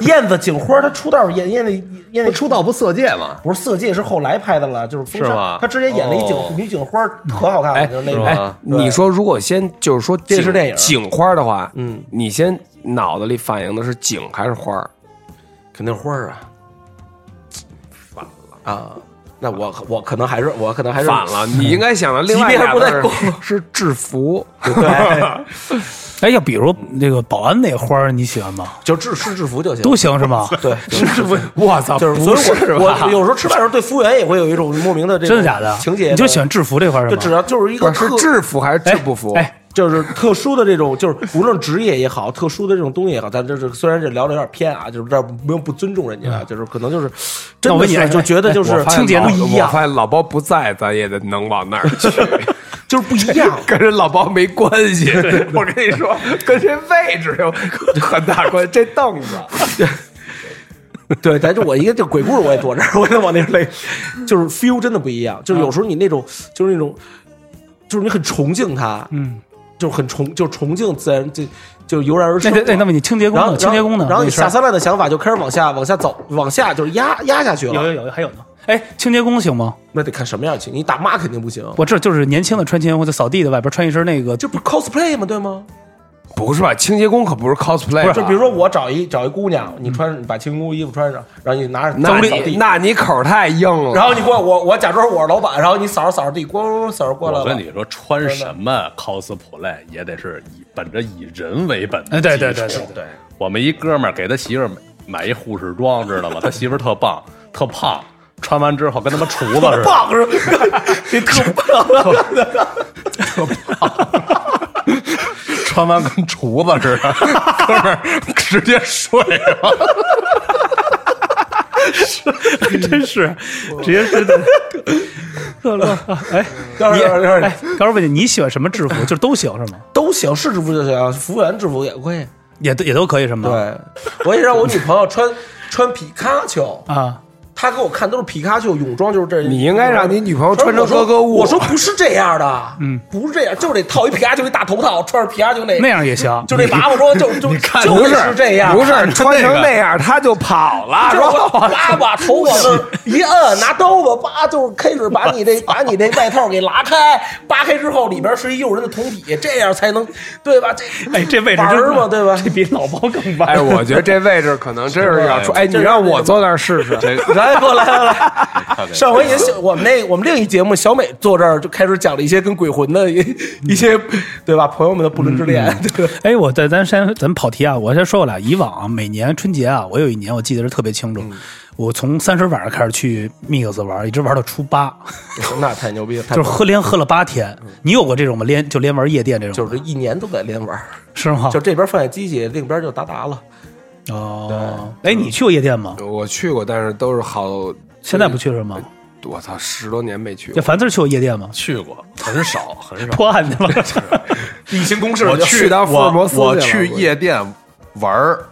S5: 燕子警花，她出道演燕子
S3: 那
S5: 燕子
S3: 出道不色戒吗？
S5: 不是《色戒》是后来拍的了，就是封
S3: 是
S5: 杀
S3: 吗。
S5: 她之前演了一警
S3: 哦
S5: 女警花，可好看了，
S4: 哎
S5: 就是那
S3: 是
S5: 个。
S3: 吧
S4: 哎
S3: 啊，
S4: 你说如果先就是说
S5: 电视
S4: 警
S5: 电影
S4: 警花的话，
S5: 嗯，
S4: 你先脑子里反映的是警还是花儿？
S5: 肯定花儿啊，反了啊！那我我可能还是我可能还是
S4: 反 <laughs> 了，你应该想到另外
S5: 级别还
S4: 俩
S5: 不
S4: 字
S5: 太
S4: 儿
S5: 够
S4: <laughs> 是制 <laughs> 服，
S5: 对，
S2: 哎，要比如那个保安那花儿，你喜欢吗？
S5: 就制是制服就行，
S2: 都行是吗？
S5: <laughs> 对，
S4: 制服。我操，
S5: 就是所
S4: 不
S5: 以
S4: 是
S5: 我
S4: 吧
S5: 我？有时候吃饭的时候对服务员也会有一种莫名的这种
S2: 真的假的？
S5: 情节，
S2: 你就喜欢制服这块儿
S5: 对
S2: 是
S5: 就
S2: 吗？
S5: 只要就是一
S4: 不
S5: 个
S4: 是是
S5: 特
S4: 制服还是制不服？
S2: 哎，
S5: 就是特殊的这种， <laughs> 就是无论职业也好，特殊的这种东西也好，咱这这虽然这聊的有点偏啊，就是这儿不用不尊重人家啊，就是可能就是
S2: 嗯那
S5: 真
S2: 我
S5: 的
S2: 问你哎
S5: 是就觉得就
S2: 哎
S5: 是
S2: 我发现清洁
S4: 老
S2: 不
S5: 一
S4: 我
S5: 样，
S4: 发现老包不在，咱也得能往那儿 <laughs> 去，
S5: 就是不一
S2: <laughs>
S5: 样。
S4: 跟人老包没关系。我跟你说，跟这位置有 <laughs> 很大关系。这凳子，
S5: 对，咱就我一个这鬼故事我也坐这儿， <laughs> 我也往那儿勒，就是 feel 真的不
S2: 嗯
S5: 一样。就是有时候你那种，就是那种，就是你很崇敬他，
S2: 嗯，
S5: 就是很崇，就是崇敬自然，这就油然而
S2: <laughs> 那
S5: 生。
S2: 那那那么你清洁工
S5: 然后
S2: 呢？清洁工呢？
S5: 然后你
S2: 那事儿
S5: 下三滥的想法就开始往下往下走，往下就是压压下去
S2: 有
S5: 了。
S2: 有有还有呢？哎，清洁工行吗？
S5: 那得看什么样的情，你打骂肯定不行，
S2: 我这就是年轻的穿清洁工，就扫地的外边穿一身那个
S5: 这不是 cosplay 吗？对吗？哎
S4: 不是吧？清洁工可不是啊 cosplay，吧
S5: 就比如说我找一找一姑娘，你穿把清宫衣服穿上，然后你拿着
S4: 那
S5: 扫
S4: 你
S5: 地，
S4: 那你口儿太硬了。
S5: 然后你过来我我假装我是老板，然后你扫着扫着地，咣咣咣扫着过来
S3: 我
S5: 了。
S3: 跟你说，穿什么 cosplay 也得是以本着以人为本。
S2: 哎对对对对
S3: 对。我们一哥们儿给他媳妇儿买一护士装，知道吗？他媳妇儿特棒，特胖，穿完之后跟他妈厨子似的，
S5: 棒是吧？这特棒，
S3: <laughs> 穿完跟厨子似的，哥们儿直接睡了。
S2: <laughs> 真是直接是 <laughs> 的。乐乐，嗯哎，
S5: 要是要是要是
S2: 哎，高老板，你喜欢什么制服？ <laughs> 就是都行是吗？
S5: 都行，是制服就行，服务员制服也可
S4: 啊
S5: 以。
S2: 也都也都可以是吗？
S5: 对，我也让我女朋友穿 <laughs> 穿皮卡丘，
S2: 啊，
S5: 她给我看都是皮卡丘泳装，就是这。
S4: 你应该让你女朋友穿成格格巫。
S5: 我说不是这样的，嗯，不是这样，就是得套一皮卡丘一大头套，穿着皮卡丘那
S2: 那样也行。 <laughs>
S5: 就这娃娃装，就就就
S4: 不
S5: 得
S4: 是
S5: 是这样，啊
S4: 不是穿成那样他就跑了，
S5: <laughs> 就是
S4: 说
S5: 叭把头往那儿一摁，拿刀吧，叭就是开始把你这把你这外套给拉开，扒开之后里边是一诱人的铜笔，这样才能对吧？这
S2: 哎，这位置
S5: 玩
S2: 真
S5: 儿嘛，
S2: 棒
S5: 对吧？
S2: 这比老包更
S4: <laughs>
S2: 棒。
S4: 哎，我觉得这位置可能真是要出。哎，你让我坐那儿试试。 <laughs>
S5: 来，给我来来来，上回也小我们那我们另一节目，小美坐这儿就开始讲了一些跟鬼魂的一一些，对吧？朋友们的不伦之恋，对吧？ <laughs>
S2: 哎，我在咱先咱们跑题啊，我先说我俩以往、啊、每年春节啊，我有一年我记得是特别清楚，我从三十晚上开始去 Mix 玩，一直玩到初 <laughs> 八，
S5: 那太牛逼了，
S2: 就是喝连喝了八天。你有过这种吗？连嗯就连玩夜店这种，
S5: 就是一年都在连玩儿，
S2: 是吗？
S5: 就这边放下机器，另一边就达达了。
S2: 哦，哎，你去过夜店吗？
S4: 我去过，但是都是好，
S2: 现在不去是吗？
S4: 我操，十多年没去
S2: 这
S4: 过。
S2: 凡字去过夜店吗？
S3: 去过，很少很
S5: 啊
S3: 少。
S2: 破案去了，
S4: 例行公事
S3: 我
S4: 我
S3: 去
S4: 去
S3: 我
S4: 当福尔摩斯去了
S3: 我去夜店玩儿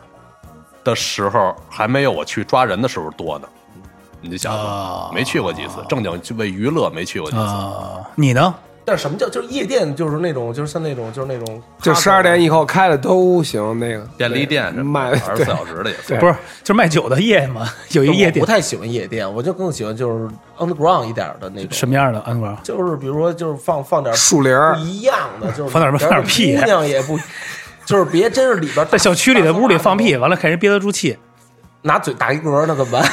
S3: 的时候，还没有我去抓人的时候多呢。你就想吧
S2: 啊，
S3: 没去过几次，正经就为娱乐没去过几次。
S2: 啊， <laughs> 你呢？
S5: 但是什么叫就是夜店，就是那种就是像那种就是那种，
S4: 就十二点以后开了都行，那个
S3: 便利店什么
S4: 卖
S3: 的，二十
S4: 对
S3: 四小时的也
S4: 对
S3: 算
S2: 不是，就是卖酒的夜嘛，有一夜
S5: 我
S2: 店
S5: 不太喜欢夜店，我就更喜欢就是 underground 一点儿的那种。
S2: 什么样的？安哥，
S5: 就是比如说，就是放放点
S4: <laughs>
S5: 儿
S4: 树林儿
S5: 不一样的，就是
S2: 放点儿放点儿屁
S5: 姑娘也不，就是别真是里边儿
S2: 在小区里的屋里放
S5: <laughs>
S2: 屁，完了看人憋得住气。
S5: 拿嘴打一嗝，那怎么办？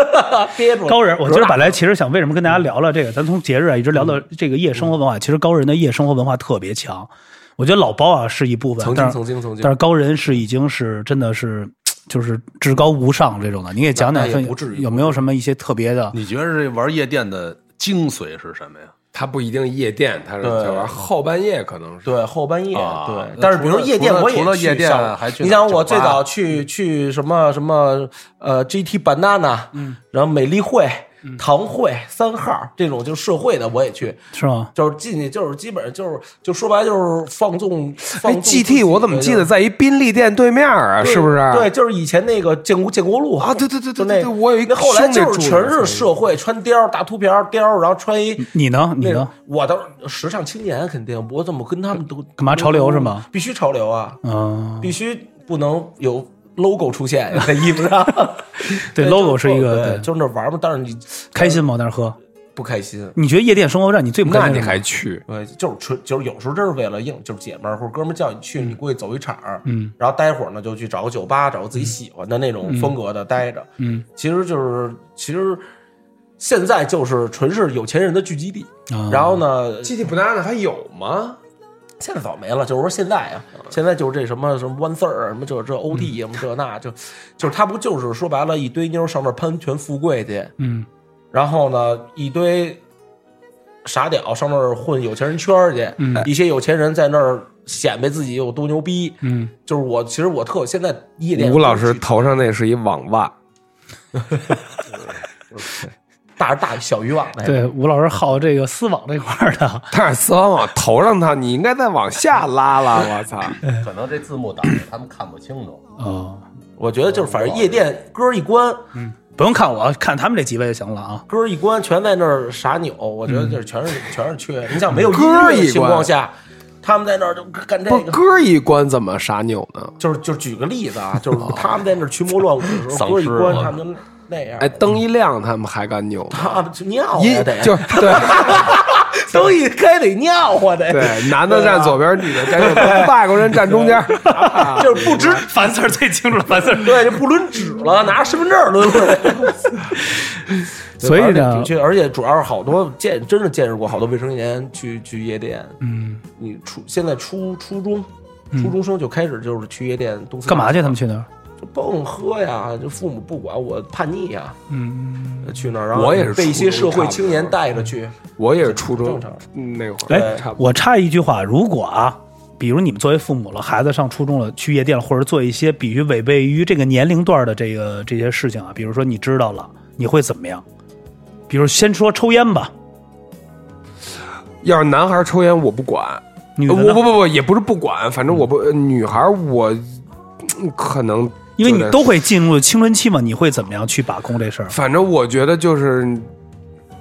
S5: <laughs> 憋住
S2: 高人，我今
S5: 觉
S2: 儿
S5: 得
S2: 本来其实想为什么跟大家聊聊这个，咱从节日啊一直聊
S5: 嗯
S2: 到这个夜生活文化，其实高人的夜生活文化特别强。我觉得老包啊是一部分，
S5: 曾经
S2: 但是
S5: 曾经曾经
S2: 但是高人是已经是真的是就是至高无上这种的。你给讲
S5: 那
S2: 讲
S5: 也
S2: 分
S5: 不至于
S2: 有没有什么一些特别的？
S3: 你觉得这玩夜店的精髓是什么呀？
S4: 它不一定夜店，它是
S5: 对
S4: 就是后半夜可能是。哎
S5: 对后半夜
S3: 啊
S5: 对，
S3: 那
S5: 但是比如
S3: 除了
S5: 夜店
S3: 除了
S5: 我也
S3: 除了
S5: 去
S3: 夜店
S5: 像
S3: 还去
S5: 你
S3: 哪儿
S5: 想我
S3: 酒吧
S5: 最早去去什么什么呃 GT Banana，嗯，然后美丽会、堂会、三号这种就是社会的我也去。
S2: 是吗？
S5: 就是进去，就是基本上就是，就说白了就是放纵。放
S4: 哎
S5: 纵自己
S4: ，GT 我怎么记得在一宾利店对面啊？
S5: 对
S4: 是不是？
S5: 对，就是以前那个建国建国路
S4: 啊对对对对
S5: 就
S4: 对
S5: 那
S4: 对我有一个
S5: 那后
S4: 兄
S5: 来
S4: 弟
S5: 就是
S4: 住
S5: 全
S4: 那儿
S5: 是社会穿貂儿大秃瓢儿貂儿，然后穿一
S2: 你呢？你
S5: 那种
S2: 呢？
S5: 我当时时尚青年肯定，我怎么跟他们都
S2: 干嘛潮流是吗？
S5: 必须潮流啊，
S2: 嗯，
S5: 必须不能有 logo 出现在衣服上。
S2: <laughs> 对
S5: 就
S2: ，logo 是一个
S5: 对，
S2: 对
S5: 就是那玩嘛，但是你
S2: 开心吗？那儿喝？
S5: 不开心。
S2: 你觉得夜店生活让你最不开
S4: 那
S2: 心
S4: 你
S2: 是什么？
S4: 还去？
S5: 对，就是纯，就是有时候真是为了硬，就是姐们儿或者哥们儿叫你去，你过去走一场，
S2: 嗯，
S5: 然后待会儿呢就去找个酒吧，找个自己喜欢的那种风格的待着，
S2: 嗯，
S5: 其实就是其实现在就是纯是有钱人的聚集地，
S2: 啊
S5: 然后呢，
S4: GT banana 还有吗？
S5: 现在早没了，就是说现在啊，
S2: 嗯
S5: 现在就是这什么什么 one third 什么这这 OT 什么这那，就就是他不就是说白了，一堆妞上那儿攀权富贵去，
S2: 嗯，
S5: 然后呢，一堆傻屌上那儿混有钱人圈儿去，
S2: 嗯
S5: 一些有钱人在那儿显摆自己有多牛逼，
S2: 嗯，
S5: 就是我其实我特现在夜店，
S4: 吴老师头上那是一网袜，
S5: 大大小渔网那个，
S2: 对，吴老师好这个丝网这块儿的，
S4: 但是丝网往啊头上它，你应该再往下拉
S2: <laughs>
S4: 拉。我操！
S2: 哎
S3: 可能这字幕打的他们看不清楚。
S2: 哦，
S5: 我觉得就是反正夜店歌一关，
S2: 不用看我，看他们这几位就行了啊。
S5: 歌一关全在那儿傻扭，我觉得就是全是、全是缺，你想没有音
S4: 嗯歌
S5: 乐
S4: 一关
S5: 的情况下，他们在那儿就干这
S4: 不是
S5: 个。
S4: 歌一关怎么傻扭呢？
S5: 就是就举个例子
S4: <laughs>
S5: 啊，就是他们在那儿群魔乱舞的时
S3: 丧
S5: 候，歌一
S3: 尸
S5: 关
S3: 了
S5: 他们就那样，
S4: 啊
S2: 嗯
S4: 哎，灯一亮，他们还敢扭吗？
S5: 他们就
S2: 哦
S5: 尿
S4: 一
S5: 呀得， <laughs>
S4: 就是
S2: <laughs>
S4: 对
S5: 灯一开得尿啊得，
S4: 对，男的站左边，女的站右边，外国人站中间。啊
S5: <laughs> 就是不知
S2: 樊四最清楚 <laughs> 了，樊四
S5: <laughs> 对，就不抡纸了，拿着身份证抡了。
S2: 所以呢
S5: 的，确，而且主要是好多见，真是见识过好多未成年去去夜店。
S2: 嗯，
S5: 你初现在初初中，初中生就开始就是去夜店，东四
S2: 干嘛去？他们去那儿？
S5: 就包容喝呀，就父母不管我叛逆呀，呃
S2: 嗯，
S5: 去那儿，然后
S4: 我也是
S5: 被一些
S4: 初中
S5: 社
S4: 差
S5: 会
S4: 不
S5: 青年带着去，
S4: 我也是初中
S5: 正常
S4: 那会儿，
S2: 哎
S4: 差，不多。
S2: 我插一句话，如果啊，比如你们作为父母了，孩子上初中了，去夜店或者做一些比于违背于这个年龄段的这个这些事情啊，比如说你知道了，你会怎么样？比如先说抽烟吧，
S4: 要是男孩抽烟，我不管。
S2: 女的
S4: 呃
S2: 呢
S4: 我不不不，也不是不管，反正我不，呃女孩儿我嗯可能
S2: 因为
S4: 就
S2: 你
S4: 得
S2: 都会进入青春期嘛，你会怎么样去把控这事儿？
S4: 反正我觉得就是，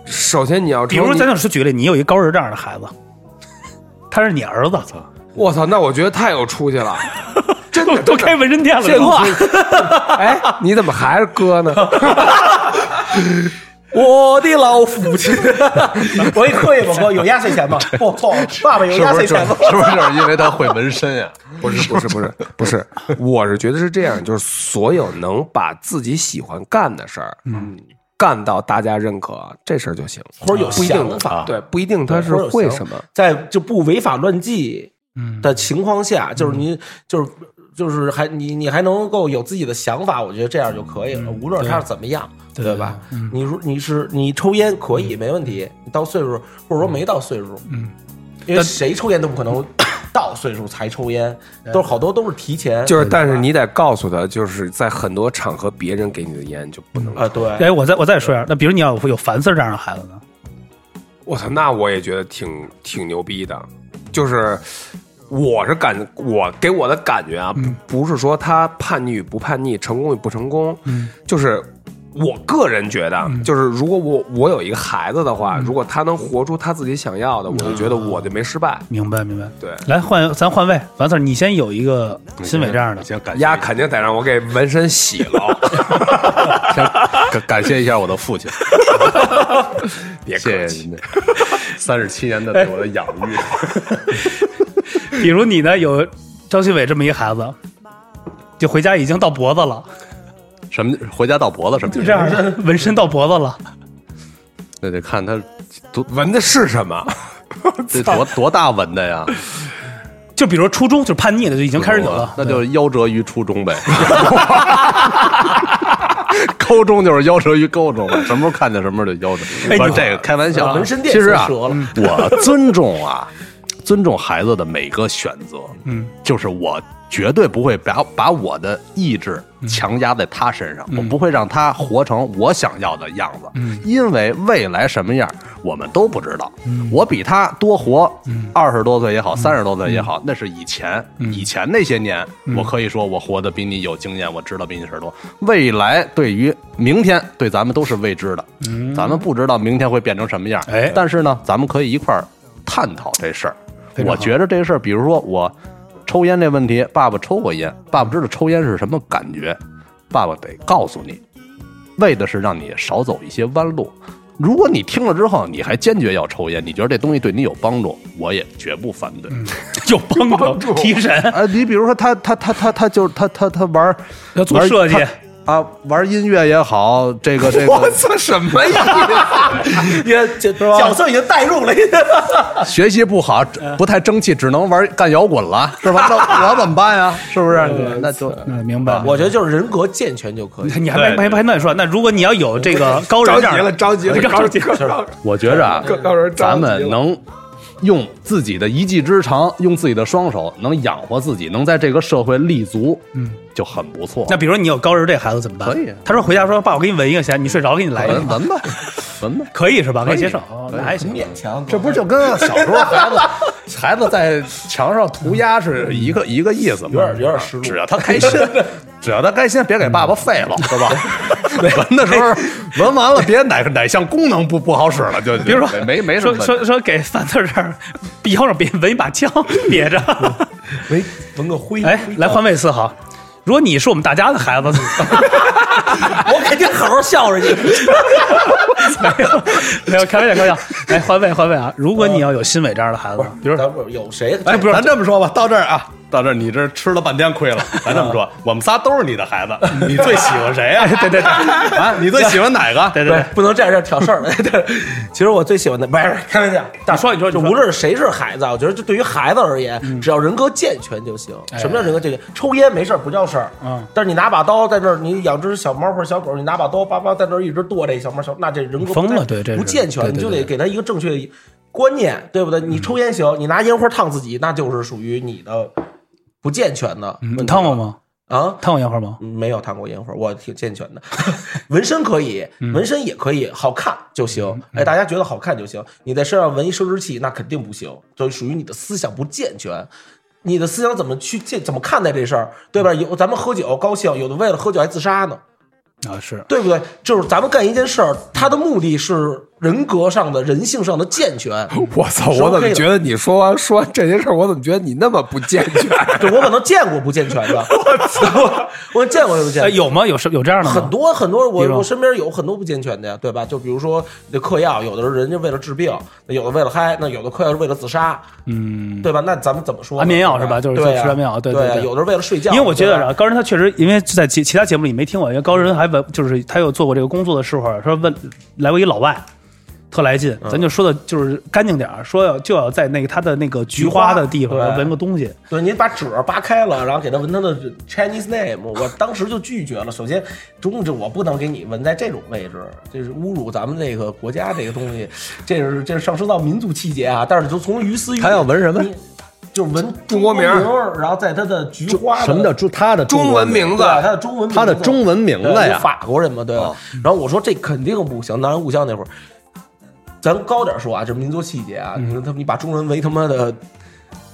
S4: 首先你要抽，
S2: 比如
S4: 你
S2: 咱就说举例，你有一高热障的孩子，他是你儿子，
S4: 我操，那我觉得太有出息了，
S2: <laughs>
S4: 真的
S2: 都开纹身店了，
S4: 这
S2: 是吧
S4: 话， <laughs> 哎，你怎么还是哥 <laughs> 呢？
S5: 我的老父 <laughs> 亲，我一可以吗？哥有压岁 <laughs> 钱吗？我操，爸爸有
S3: 是
S5: 压
S3: 不
S5: 岁
S3: 是就是
S5: 钱吗？
S3: 是不是就是因为他会纹身呀？
S4: 不是不是不是不是，我是觉得是这样，就是所有能把自己喜欢干的事儿，嗯，干到大家认可，这事儿就行。
S5: 或者有
S4: 不一定
S5: 想法，
S4: 啊对，不一定他是
S5: 或者有
S4: 会
S5: 想
S4: 什么。
S5: 在就不违法乱纪的情况下，就是你就是就是还你你还能够有自己的想法，我觉得这样就可以了，无论他是怎么样，
S2: 对
S5: 对吧？你如你是你抽烟可以没问题，你到岁数或者说没到岁数，嗯，因为谁抽烟都不可能到岁数才抽烟，都好多都是提前，
S4: 就是是，但是你得告诉他，就是在很多场合，别人给你的烟就不能
S5: 啊，对，
S2: 哎，我再我再说一下，那比如你要有有凡四这样的孩子呢？
S4: 我操，那我也觉得挺挺牛逼的，就是我是感我给我的感觉啊，不不是说他叛逆与不叛逆，成功与不成功，就是我个人觉得，啊就是如果我我有一个孩子的话，如果他能活出他自己想要的，我就觉得我就没失败。
S2: 明白明白。
S4: 对
S2: 来换咱换位，凡四，你先有一个新伟这样的，
S3: 先感谢
S4: 丫肯定得让我给纹身洗 <laughs> 了，
S3: 先感感谢一下我的父亲，
S4: 别客
S3: 谢谢
S4: 气。
S3: 您三十七年的对我的养育。
S2: 比如你呢有张新伟这么一孩子，就回家已经到脖子了，
S3: 什么回家到脖子什么？
S2: 就这样，的纹身到脖子了，
S3: 那得看他多
S4: 纹的是什 <laughs> 么？
S3: 得多多大纹的呀？
S2: 就比如初中就叛逆的就已经开始有了，
S3: 那就夭折于初中呗。高中就是夭折于高中了，什么时候看见什么时候就夭折。
S2: 哎
S3: 不是
S2: 你
S3: 这个开玩笑啊，
S5: 纹身店
S3: 其实啊，
S5: 说折了
S3: 嗯我尊重啊，尊重孩子的每个选择。嗯，就是我绝对不会把把我的意志强加在他身上，我不会让他活成我想要的样子。嗯，因为未来什么样我们都不知道。我比他多活二十多岁也好，三十多岁也好，那是以前以前那些年，我可以说我活得比你有经验，我知道比你事儿多。未来对于明天，对咱们都是未知的，咱们不知道明天会变成什么样。
S2: 哎
S3: 但是呢，咱们可以一块儿探讨这事儿。
S2: 非常
S3: 我
S2: 好
S3: 觉着这事儿，比如说我抽烟这问题，爸爸抽过烟，爸爸知道抽烟是什么感觉，爸爸得告诉你，为的是让你少走一些弯路。如果你听了之后，你还坚决要抽烟，你觉得这东西对你有帮助，我也绝不反对。
S2: 嗯
S4: 啊
S2: 有帮助提
S4: <laughs>
S2: 神，
S3: 啊，你比如说他他他他他就是他他他玩儿
S2: 要做
S3: 玩
S2: 设计
S3: 他啊，玩音乐也好，这个
S2: <laughs>
S3: 这个
S4: 操，什么呀？
S5: 也角角色已经代入了，
S3: 学习不好，不太争气，只能玩干摇滚了，是 <laughs> 吧？那我怎么办呀？是不是？那就
S2: 嗯，明
S4: 啊
S2: 白。
S5: 我觉得就是人格健全就可以。
S2: 你还没没没乱说，那如果你要有这个 <laughs> 高人
S4: <laughs> 着
S2: 这
S4: 急
S2: 样
S4: 了，
S2: 的，
S4: 着急了，着急了，
S3: 我觉着 <laughs> 啊，
S4: 到时候着急了
S3: 咱们能用自己的一技之长，用自己的双手，能养活自己，能在这个社会立足，嗯，就很不错。
S2: 那比如你有高人这孩子怎么办？
S3: 可以啊
S2: 他说回家说爸，我给你纹一个先，你睡着了给你来一
S3: 哎闻
S2: 个，
S3: <laughs> 闻吧，闻吧。
S2: 可以是吧？可以
S3: 以
S2: 接受，哦那还行。
S5: 勉强，
S3: 这不就跟小时候孩子 <laughs> 孩子在墙上涂鸦是一个一个意思吗？
S5: 有点有点失落
S3: 只要他 <laughs> 开心，只要他开心，别给爸爸废了，是 <laughs> 吧？闻的时候闻完了，别哪个哪项功能不不好使了，就
S2: 比如说
S3: 没没什
S2: 说
S3: 么问
S2: 说
S3: 题。
S2: 说给范特这儿腰上别纹一把枪别
S3: <laughs>
S2: 着，哎
S5: 没纹个
S3: <laughs>
S5: 灰
S2: 哎，来换位思考，如果你是我们大家的孩子，
S5: <laughs> 我肯定好好笑人家。
S2: 没有，没有，开玩笑，开玩笑。来，换位，换位啊！如果你要有新伟这样的
S3: 哦
S2: 孩子，比如
S3: <laughs>
S2: 说
S5: 咱们有谁？
S3: 哎，咱这么说吧，到这儿啊，到这儿你这吃了半天亏了。咱这么说， <laughs> 我们仨都是你的孩子，你最喜欢谁 <laughs> 呀、嗯对对对，啊，你最喜欢哪个？对
S5: 对，不能站这儿挑事 <laughs> 儿。对，其实我最喜欢的不是开玩笑，大
S2: 你说你说
S5: 就
S2: 你说
S5: 无论谁是孩子啊，我觉得就对于孩子而言，只要人格健全就行。什么叫人格健全？抽烟没事儿不叫事儿，
S2: 嗯
S5: 但是你拿把刀在那儿，你养只小猫或者小狗，你拿把刀叭叭在那儿一直剁这小猫小，那这人格不
S2: 疯了
S5: 太
S2: 对这是
S5: 不健全，
S2: 对对
S5: 你就
S2: 对
S5: 得给他一个正确的观念，对不对？你抽烟行，你拿烟花烫自己，那就是属于你的不健全的问题
S2: 嗯你烫过吗？
S5: 啊。
S2: 烫过烟花吗？
S5: 嗯没有烫过烟花，我挺健全的。 <laughs> 纹身可以，纹身也可以，好看就行。哎，大家觉得好看就行。你在身上纹一生殖器，那肯定不行，就属于你的思想不健全。你的思想怎么去见，怎么看待这事儿，对吧？有咱们喝酒高兴，有的为了喝酒还自杀呢，
S2: 啊，是
S5: 对不对？就是咱们干一件事儿，它的目的是人格上的、人性上的健 <laughs> 全。
S4: 我操！
S5: 是 OK
S4: 我
S5: 的
S4: 怎么觉得你说 <laughs> 完说完这些事儿，我怎么觉得你那么不健全？
S5: 对我可能见过不健全的，我操，我见过不健
S2: 哎，
S5: 全。
S2: 有吗？有是有这样的吗？
S5: 很多很多，
S2: 比
S5: 我
S2: 如
S5: 我身边有很多不健全的呀，对吧？就比如说那嗑药，有的人家为了治病，那有的为了嗨，那有的嗑药是为了自杀，嗯，对吧？那咱们怎么说呢？
S2: 安眠药是吧就
S5: 对
S2: 是
S5: 对啊
S2: 吃安眠药对
S5: 对
S2: 对
S5: 啊
S2: 对
S5: 有的是为了睡觉，
S2: 因为我觉得
S5: 对吧
S2: 啊，高人他确实，因为在其其他节目里没听过，因为高人还问，就是他有做过这个工作的时候，啊说问来过一老外，特来劲，
S5: 嗯
S2: 咱就说的就是干净点儿，说要就要在那个他的那个菊花的地方
S5: 菊花对
S2: 闻个东西，
S5: 对，您把纸扒开了，然后给他闻他的 Chinese name，我当时就拒绝了。首先，中这我不能给你闻在这种位置，这是侮辱咱们这个国家这个东西，这是这是上升到民族气节啊。但是就从于私于
S6: 他要闻什么
S5: 你就闻
S4: 中国名儿
S5: 儿，然后在他的菊花的
S6: 什么叫中他的
S4: 中文名字
S5: 对，他的中文名字
S6: 他的中文名字
S5: 对
S6: 呀
S5: 有法国人嘛，对吧？然后我说这肯定不行，当然故乡那会儿，咱高点说啊，这民族气节啊，你说他们你把中文围他妈的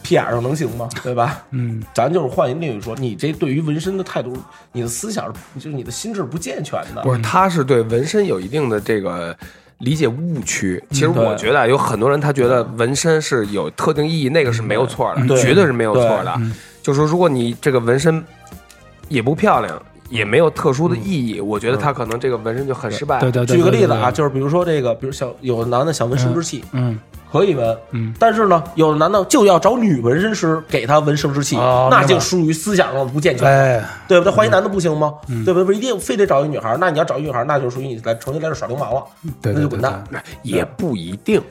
S5: 屁眼儿上能行吗？对吧？嗯，咱就是换一另语说，你这对于纹身的态度，你的思想是就是你的心智不健全的，
S4: 不是，他是对纹身有一定的这个理解误区。其实我觉得啊，有很多人他觉得纹身是有特定意义，那个是没有错的，
S5: 对
S4: 绝对是没有错的。就说如果你这个纹身也不漂亮，也没有特殊的意义，我觉得他可能这个纹身就很失败。
S2: 对对对。
S5: 举个例子
S2: 对
S5: 啊，，就是比如说这个，比如小有的男的想纹生殖器，
S2: 对嗯，
S5: 可以纹，嗯，但是呢，有的男的就要找女纹身师给他纹生殖器，
S2: 哦
S5: 那
S2: 明白
S5: 就属于思想上的不健全，
S2: 哎，
S5: 对不对？换一男的不行吗？
S2: 嗯
S5: 对不对？不一定非得找一女孩儿，那你要找一女孩儿，那就属于你来重新来这耍流氓了，
S2: 嗯对
S5: 那
S2: 对
S5: 就
S2: 对
S5: 滚
S2: 对
S5: 蛋。
S4: 也不一定，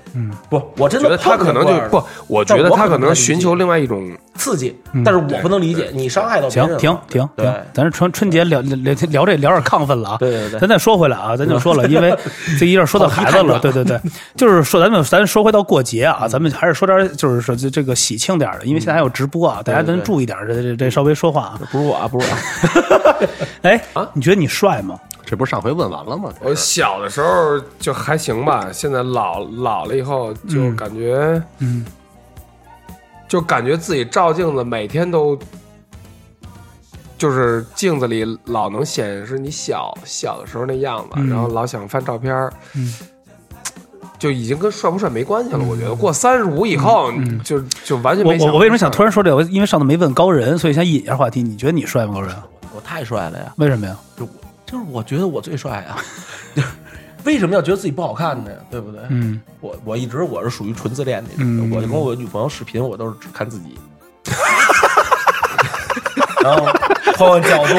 S5: 不，我真
S4: 觉
S5: 的
S4: 得他
S5: 碰
S4: 可
S5: 见
S4: 能
S5: 过
S4: 就
S5: 这样
S4: 不
S5: 的，
S4: 我觉得
S5: 但我
S4: 他
S5: 可
S4: 可
S5: 能
S4: 能
S5: 理解
S4: 寻求另外一种
S5: 刺激，但是我不能理解，你伤害到别人
S2: 嗯行
S5: 了，
S2: 停停
S5: 对
S2: 停，咱是春春节聊聊聊这聊点亢奋了啊。
S5: 对对对
S2: 咱再说回来啊，咱就说了，因
S5: <laughs>
S2: 为这一下说到孩子了，对对对，就是说咱们咱说回到过节
S5: 嗯
S2: 啊，咱们还是说点儿就是说这这个喜庆点儿的，因为现在还有直播啊，大家
S5: 嗯对
S2: 咱
S5: 对
S2: 注意点儿，这这这稍微说话啊。
S5: 不是我啊，不是我
S2: <laughs>
S5: 啊，啊
S2: 哎，你觉得你帅吗？
S3: 这不是上回问完了吗？
S4: 我小的时候就还行吧，现在老老了以后就感觉，嗯，就感觉自己照镜子每天都，就是镜子里老能显示你小小的时候那样子，
S2: 嗯
S4: 然后老想翻照片儿，就已经跟帅不帅没关系了。我觉得过三十五以后，就就完全
S2: 嗯我
S4: 没
S2: 我我为什么想突
S4: 然
S2: 然说这个？我因为上次没问高人，所以想引一下话题。你觉得你帅吗？高人？
S5: 我太帅了呀，
S2: 为什么呀？
S5: 就我就是我觉得我最帅啊，为什么要觉得自己不好看呢？对不对？
S2: 嗯，
S5: 我我一直我是属于纯自恋那种，的，我跟我女朋友视频，我都是只看自己。 <laughs> 然后换换角度，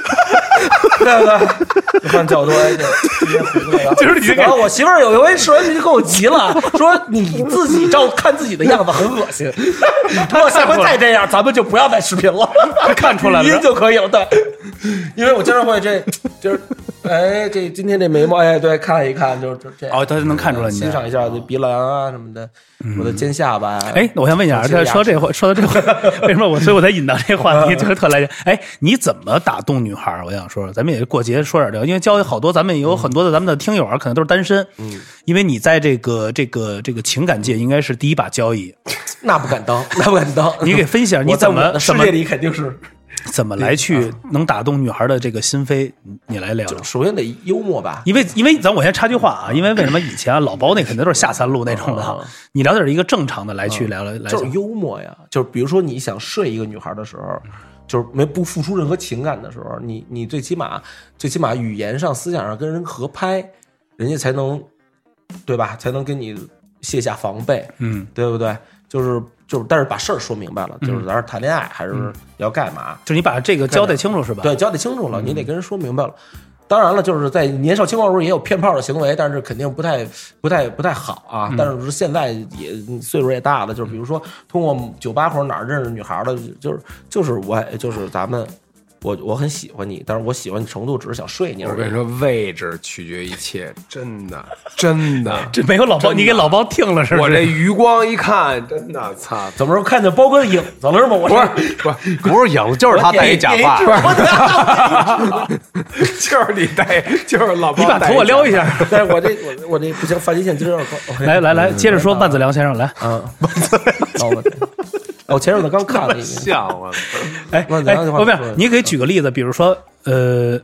S5: <laughs> 对不对？换角度，哎这直接回过来了。
S2: 就是你这个
S5: 然后我媳妇儿有一回说完就跟我急了，说你自己照看自己的样子很恶心。如果下回再这样，咱们就不要再视频了。看出来了，语音就可以了。对，因为我经常
S2: <laughs>
S5: 会这，就是，哎，这今天这眉毛，哎，对，看一看，就就这。
S2: 哦，他能看出来你哦嗯
S5: 欣赏一下这鼻梁啊什么的，我的尖下巴。啊
S2: 哎，我想问一下，
S5: 这
S2: 这
S5: 个
S2: 说这话，说到这
S5: <laughs>
S2: 话，为什么我所以我才引到这话
S5: 嗯
S2: 题，就是特来劲。哎，你怎么打动女孩儿？我想说说，咱们也过节说点这个，因为交好多咱们也
S5: 嗯
S2: 有很多的咱们的听友啊，可能都是单身。嗯，因为你在这个这个这个情感界应该是第一把交
S5: <laughs>
S2: 椅，
S5: 那不敢当，那不敢当。
S2: 你给分析一下，你
S5: 我在
S2: 怎
S5: 我
S2: 么
S5: 的
S2: 怎
S5: 世
S2: 么
S5: 界里嗯肯定是，
S2: 怎么来去能打动女孩儿的这个心扉？你你来聊聊。
S5: 首先得幽默吧。
S2: 因为因为咱我先插句话啊，因为为什么以前啊老包那肯定都是下三路那种的
S5: 嗯，
S2: 你聊点一个正常的来去聊聊来
S5: 就是
S2: 讲
S5: 幽默呀，就是比如说你想睡一个女孩的时候，就是没不付出任何情感的时候，你你最起码最起码语言上、思想上跟人合拍，人家才能对吧？才能跟你卸下防备，
S2: 嗯，
S5: 对不对？就是就是，但是把事儿说明白了，就是咱是谈恋爱还
S2: 嗯
S5: 是要干嘛？
S2: 就是你把这个交代清楚是吧？
S5: 对，交代清楚了，你得跟人说明白了。当然了，就是在年少轻狂的时候也有骗炮的行为，但是肯定不太、不太、不太好啊。但是现在也岁数也大了，就是比如说通过酒吧或者哪儿认识女孩的，就是就是我就是咱们，我我很喜欢你，但是我喜欢你程度只是想睡你
S4: 我
S5: 而
S4: 跟你
S5: 已。
S4: 说，位置取决一切，真的，真
S2: <laughs>
S4: 的。
S2: 这没有老包，你给老包听了是不
S4: 我
S2: 是？
S4: 这余光一看，真的，操！
S5: 怎么说看见包哥的影子了是吗？我
S3: 不是不是不是影子，就是他戴一假发，
S4: <laughs> 就是你戴，就是老包
S2: 你把头我撩一下，
S5: 但是我这 <laughs> 我我这不行，发际线今儿有点高。
S2: 来来来，接着说万子良先生来。
S5: 啊，哦我哦我前阵子刚看了一
S4: 戴
S5: 眼，
S4: 像我操。
S2: 哎，
S5: 万子良
S2: 哎
S5: 这话
S2: 不
S5: 说
S2: 是
S5: 的，
S2: 你可以举个例子，比如说，呃，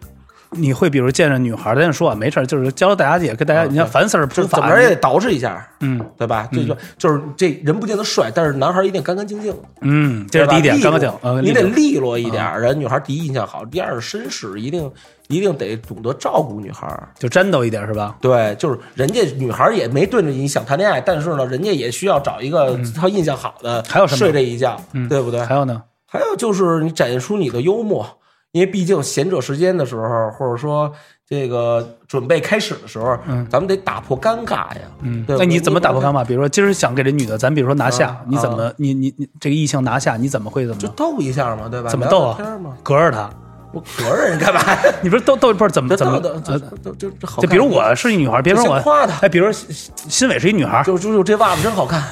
S2: 你会比如见着女孩儿，咱就说啊，没事儿，就是教大家也跟大家，你像凡事儿
S5: 啊就
S2: 普
S5: 是怎么
S2: 法
S5: 着，也得捯饬一下，
S2: 嗯
S5: 对吧？这就就是这人不见得帅，但是男孩一定干干净净的。
S2: 嗯，这是第一点，
S5: 对
S2: 刚
S5: 吧
S2: 刚讲，呃，啊
S5: 利落你得
S2: 例子
S5: 利落一点儿，人女孩第一印象好，第二是绅士，一定一定得懂得照顾女孩儿。
S2: 就粘斗一点是吧？
S5: 对，就是人家女孩也没对着你想谈恋爱，但是呢，人家也需要找一个她印象好的，
S2: 嗯还有什么
S5: 睡这一觉，
S2: 嗯
S5: 对不对？
S2: 还有呢，
S5: 还有就是你展现出你的幽默，因为毕竟闲者时间的时候，或者说这个准备开始的时候，
S2: 嗯
S5: 咱们得打破尴尬呀。
S2: 嗯，
S5: 对
S2: 那你怎么打破
S5: 不能
S2: 尴尬？比如说今儿想给这女的，咱比如说拿下
S5: 啊，
S2: 你怎么
S5: 啊，
S2: 你你你这个异性拿下，你怎么会怎
S5: 就
S2: 么
S5: 逗一下嘛，对吧？
S2: 怎么逗
S5: 聊聊天
S2: 啊
S5: 嘛？，
S2: 隔着她，
S5: 我隔着人干嘛呀？
S2: 你不是逗逗不是怎么
S5: 这
S2: <laughs> 怎
S5: 逗
S2: 么
S5: 的，
S2: 呃
S5: 这这这这好
S2: 就
S5: 看。
S2: 比如我是一女孩儿，别说
S5: 先
S2: 我
S5: 夸她，
S2: 哎，比如说新新伟是一女孩儿，
S5: 就就就这袜子真好看，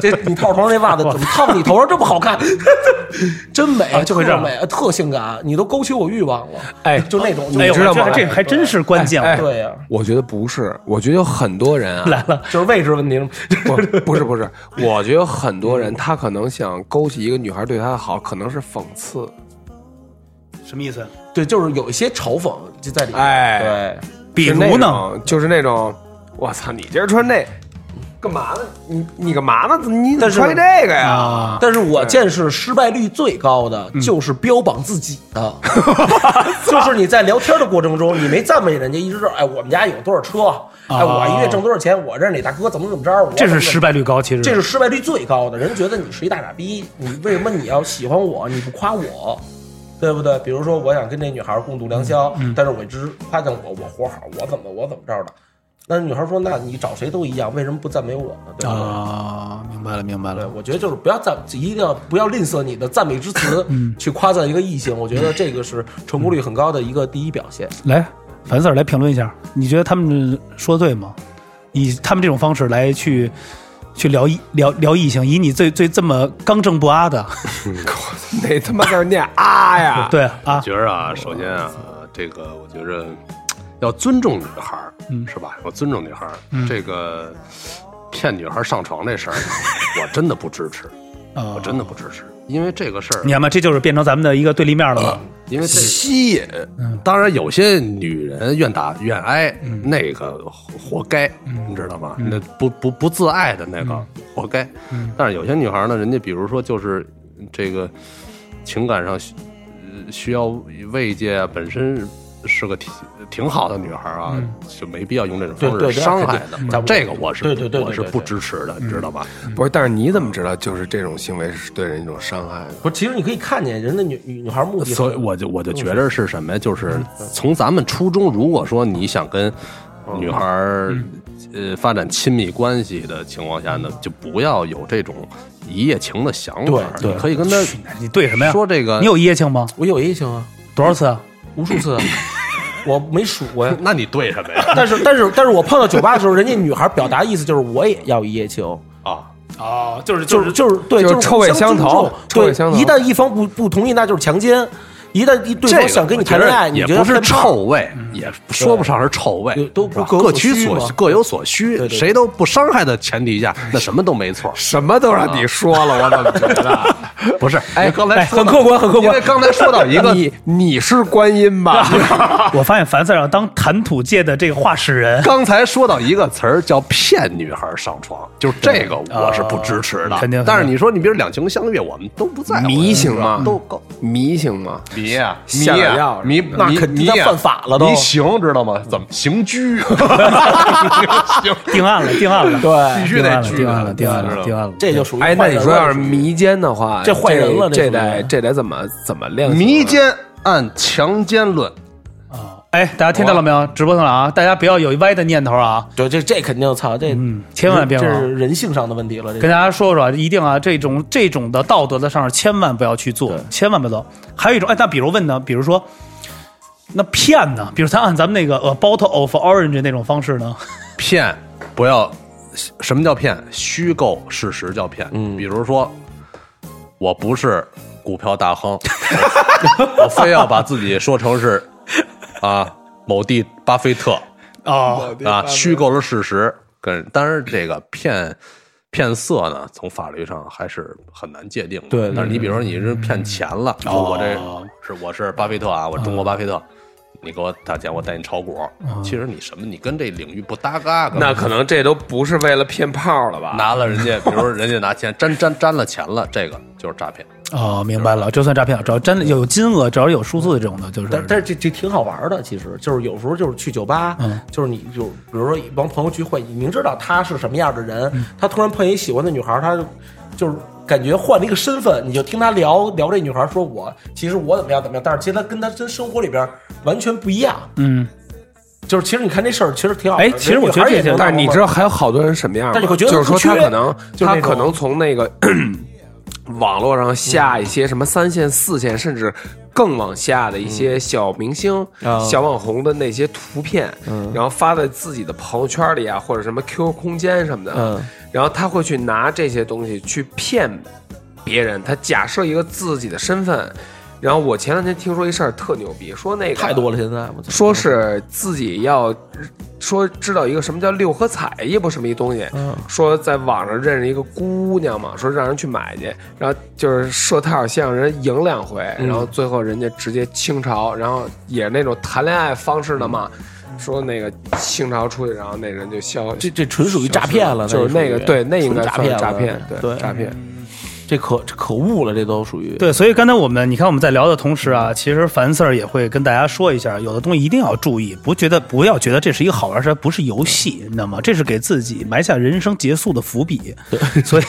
S5: 这你套头上那袜子怎么套到你头上这么好看？ <laughs> 真美，
S2: 啊就会这样
S5: 特美，特性感，你都勾起我欲望了。
S4: 哎
S5: 就那种，
S2: 哎
S4: 你
S2: 呦，
S4: 知道
S2: 我觉得
S4: 吗
S2: 这还真是关键，啊
S4: 哎哎
S5: 对呀、
S4: 我觉得不是，我觉得有很多人啊，
S2: 来了，
S5: 就是位置问题。
S4: 不，不是不是，我觉得有很多人他可能想勾起一个女孩对他的好，可能是讽刺，
S5: 哎
S2: 什么意思？
S5: 对，就是有一些嘲讽就在里面。
S4: 哎
S5: 对，
S2: 比
S4: 是那
S2: 如呢？
S4: 种，就是那种，我操，你今儿穿这干嘛呢？你你干嘛呢？你怎
S5: 但
S4: 么
S5: 是
S4: 穿这个呀？
S2: 啊，
S5: 但是我见识失败率最高的
S2: 嗯
S5: 就是标榜自己
S2: <laughs>
S5: 的，就是你在聊天的过程中，你没赞美人家，一直说哎我们家有多少车，哎我一月挣多少钱，我认识哪大哥怎么怎么着，我
S2: 啊这
S5: 怎
S2: 是
S5: 么怎么
S2: 失败率高，其实
S5: 这是失败率最高的。人觉得你是一大傻逼，你为什么你要喜欢我？你不夸我，对不对？比如说，我想跟这女孩共度良宵，
S2: 嗯
S5: 但是我一直夸赞我，我活好，我怎么我怎么着的？那女孩说：“那你找谁都一样，为什么不赞美我呢？对不对？”
S2: 啊，明白了，明白
S5: 对，
S2: 了。
S5: 我觉得就是不要赞，一定要不要吝啬你的赞美之词，去夸赞一个异性。我觉得这个是成功率很高的一个第一表现。
S2: 来，樊 Sir 来评论一下，你觉得他们说的对吗？以他们这种方式来去去聊异聊聊异性，以你最最这么刚正不阿的，
S4: <laughs> 那他妈在那儿念啊呀？
S2: <laughs> 对啊，
S3: 觉着啊，首先啊，这个我觉着要尊重女孩儿，是吧？要尊重女孩儿，这个骗女孩儿上床这事儿，我真的不支持，
S2: 啊
S3: 我真的不支持，因为这个事儿
S2: 你，看吧，这就是变成咱们的一个对立面了
S5: 啊
S2: 吧？
S3: 因为这个吸引，
S5: 嗯
S3: 当然有些女人愿打愿挨，那个活该，你知道吗？
S5: 嗯
S3: 那不不不自爱的那个活该，但是有些女孩儿呢，人家比如说就是这个情感上需呃需要慰藉啊，本身是个挺挺好的女孩儿啊，就没必要用这种方
S5: 嗯
S3: 式
S5: 对对对
S3: 伤害的
S5: 肯定。
S3: 不是这个我是
S5: 对对对对
S3: 我是
S5: 对对
S3: 不支持的，你知道吧？
S4: 不是，但是你怎么知道就是这种行为是对人一种伤害呢？
S5: 不是，其实你可以看见人的女女女孩目的很，
S3: 所以我就我就
S5: 嗯
S3: 觉着是什么呀？就是从咱们初中，如果说你想跟
S5: 哦
S3: 女孩儿
S5: 嗯
S3: 呃发展亲密关系的情况下呢，就不要有这种一夜情的想法。
S5: 对对
S3: 你可以跟她
S2: 你对什么呀？
S3: 说这个
S2: 你有一夜情吗？
S5: 我有异性啊，
S2: 多少次啊？
S5: 无数 <laughs> 次啊，我没数过呀。
S3: 那你对什么呀？
S5: <laughs> 但是但是但是我碰到酒吧的时候，人家女孩表达意思就是我也要一夜情，
S3: 啊，
S2: 哦，就是
S5: 就是就是对，
S4: 就是
S5: 是
S4: 臭味相投
S5: 尊重
S4: 臭味相投
S5: 对，一旦一方不不同意，那就是强奸。一旦一对
S3: 这
S5: 方
S3: 个
S5: 想跟你
S3: 我觉
S5: 谈
S3: 得
S5: 恋爱，你
S3: 也
S5: 觉得
S3: 不是
S5: 很棒
S3: 臭，味，也说不上是臭味
S5: 对，都
S3: 是吧
S5: 各有
S3: 各
S5: 所
S3: 取
S5: 需
S3: 所
S5: 嘛
S3: 各有所需，
S5: 对对
S3: 谁都不伤害的前提下，那什么都没错。
S5: <laughs>
S4: 什么都让你说了，我怎么觉得？
S3: 不是，哎，刚才
S5: 哎，
S3: 说
S5: 很
S3: 到
S5: 客观，很客
S4: 因
S5: 观
S4: 为。刚才说到一个，
S5: <laughs>
S4: 你你是观音吧？
S5: 啊
S2: 我发现樊 Sir 要当谈吐界的这个话事人，
S3: 刚才说到一个词儿叫骗女孩上床，就是这个我是不支持
S5: 呃
S3: 的。
S2: 肯定
S3: 但是你说你比如两情相悦，我们都不在乎
S4: 迷信嘛
S3: 是吧都够
S4: 迷信吗？
S3: 迷呀迷
S4: 下点
S3: 呀
S4: 药
S3: 迷，
S5: 那
S3: 迷
S5: 肯定
S3: 迷
S5: 他
S3: 呀
S5: 犯法了都
S3: 迷刑知道吗？怎么刑
S5: <laughs>
S3: 拘？行
S2: 定案了，定案了，
S3: 必
S5: 对，
S3: 须
S2: 定
S3: 得
S2: 案了，
S3: 拘
S2: 定案了，定案
S3: 知道
S2: 了，
S3: 吗
S2: 定案了。
S5: 这就属于
S4: 哎，那你说要是迷奸的话，
S5: 这坏人了
S4: 这
S5: 这属于
S4: 得这得怎么怎么量刑啊？
S3: <laughs> 迷奸按强奸论，
S2: 哎，大家听到了没有？直播上了啊！大家不要有歪的念头啊！
S5: 对这这肯定操这，
S2: 嗯千万别
S5: 这
S2: 往
S5: 是人性上的问题了。这
S2: 跟大家说说，啊，一定啊，这种这种的道德的上面千万不要去做，千万不要做。还有一种，哎，那比如问呢，比如说，那骗呢？比如咱按咱们那个呃 bottle of orange 那种方式呢？
S3: 骗不要，什么叫骗？虚构事实叫骗。嗯，比如说，我不是股票大亨，我我非要把自己说成是啊某地巴菲特
S2: 哦，
S3: 啊，虚构了事实。跟当然这个骗骗色呢，从法律上还是很难界定的。
S5: 对对
S3: 但是你比如说你是骗钱了，说我这是我是巴菲特啊，我中国巴菲特。你给我打钱，我带你炒股。其实你什么，你跟这领域不搭嘎。根本
S4: 那可能这都不是为了骗炮了吧？
S3: 拿了人家，比如说人家拿钱沾沾沾了钱了，这个就是诈骗。
S2: 哦，明白了，这算诈骗，只要真的有金额，只要有数字这种的，就是。
S5: 但但是这这挺好玩的，其实就是有时候就是去酒吧，
S2: 嗯
S5: 就是你就比如说一帮朋友聚会，你明知道他是什么样的人，
S2: 嗯
S5: 他突然碰一喜欢的女孩，他就就是感觉换了一个身份，你就听他聊聊这女孩，说我其实我怎么样怎么样，但是其实他跟他真生活里边完全不一样。
S2: 嗯，
S5: 就是其实你看这事儿其实挺好玩
S2: 哎
S5: 的，
S2: 其实我觉得这些
S5: 人家女孩也能
S4: 但是你知道
S5: 当
S4: 还有好多人什么样吗？
S5: 但你会觉得
S4: 就是说他
S5: 不缺
S4: 可能
S5: 就是
S4: 他
S5: 那种
S4: 可能从那个 <clears throat> 网络上
S5: 嗯
S4: 下一些什么三线、四线，甚至更往下的一些小明星、
S5: 嗯啊嗯
S4: 小网红的那些图片，然后发在自己的朋友圈里啊，或者什么 QQ 空间什么的，
S5: 嗯
S4: 然后他会去拿这些东西去骗别人，他假设一个自己的身份。然后我前两天听说一事儿特牛逼，说那个
S5: <laughs> 太多了，现在我嗯操
S4: 说是自己要说知道一个什么叫六合彩，也不什么一东西，
S5: 嗯
S4: 说在网上认识一个姑娘嘛，说让人去买去，然后就是设套先让人赢两回，
S5: 嗯
S4: 然后最后人家直接倾巢，然后也是那种谈恋爱方式的嘛。
S5: 嗯
S4: 说那个倾巢出去，然后那人就消，
S5: 这这纯属于诈骗了，
S4: 就是
S5: 那
S4: 那个
S5: 属于
S4: 对，那应该
S5: 纯
S4: 算是
S5: 诈骗了
S4: 诈骗，
S5: 对
S4: 诈骗。
S5: 这可这可恶了，这都属于
S2: 对，所以刚才我们你看我们在聊的同时啊，其实樊 Sir 也会跟大家说一下，有的东西一定要注意，不觉得不要觉得这是一个好玩儿事儿，不是游戏，你知道吗？这是给自己埋下人生结束的伏笔。所以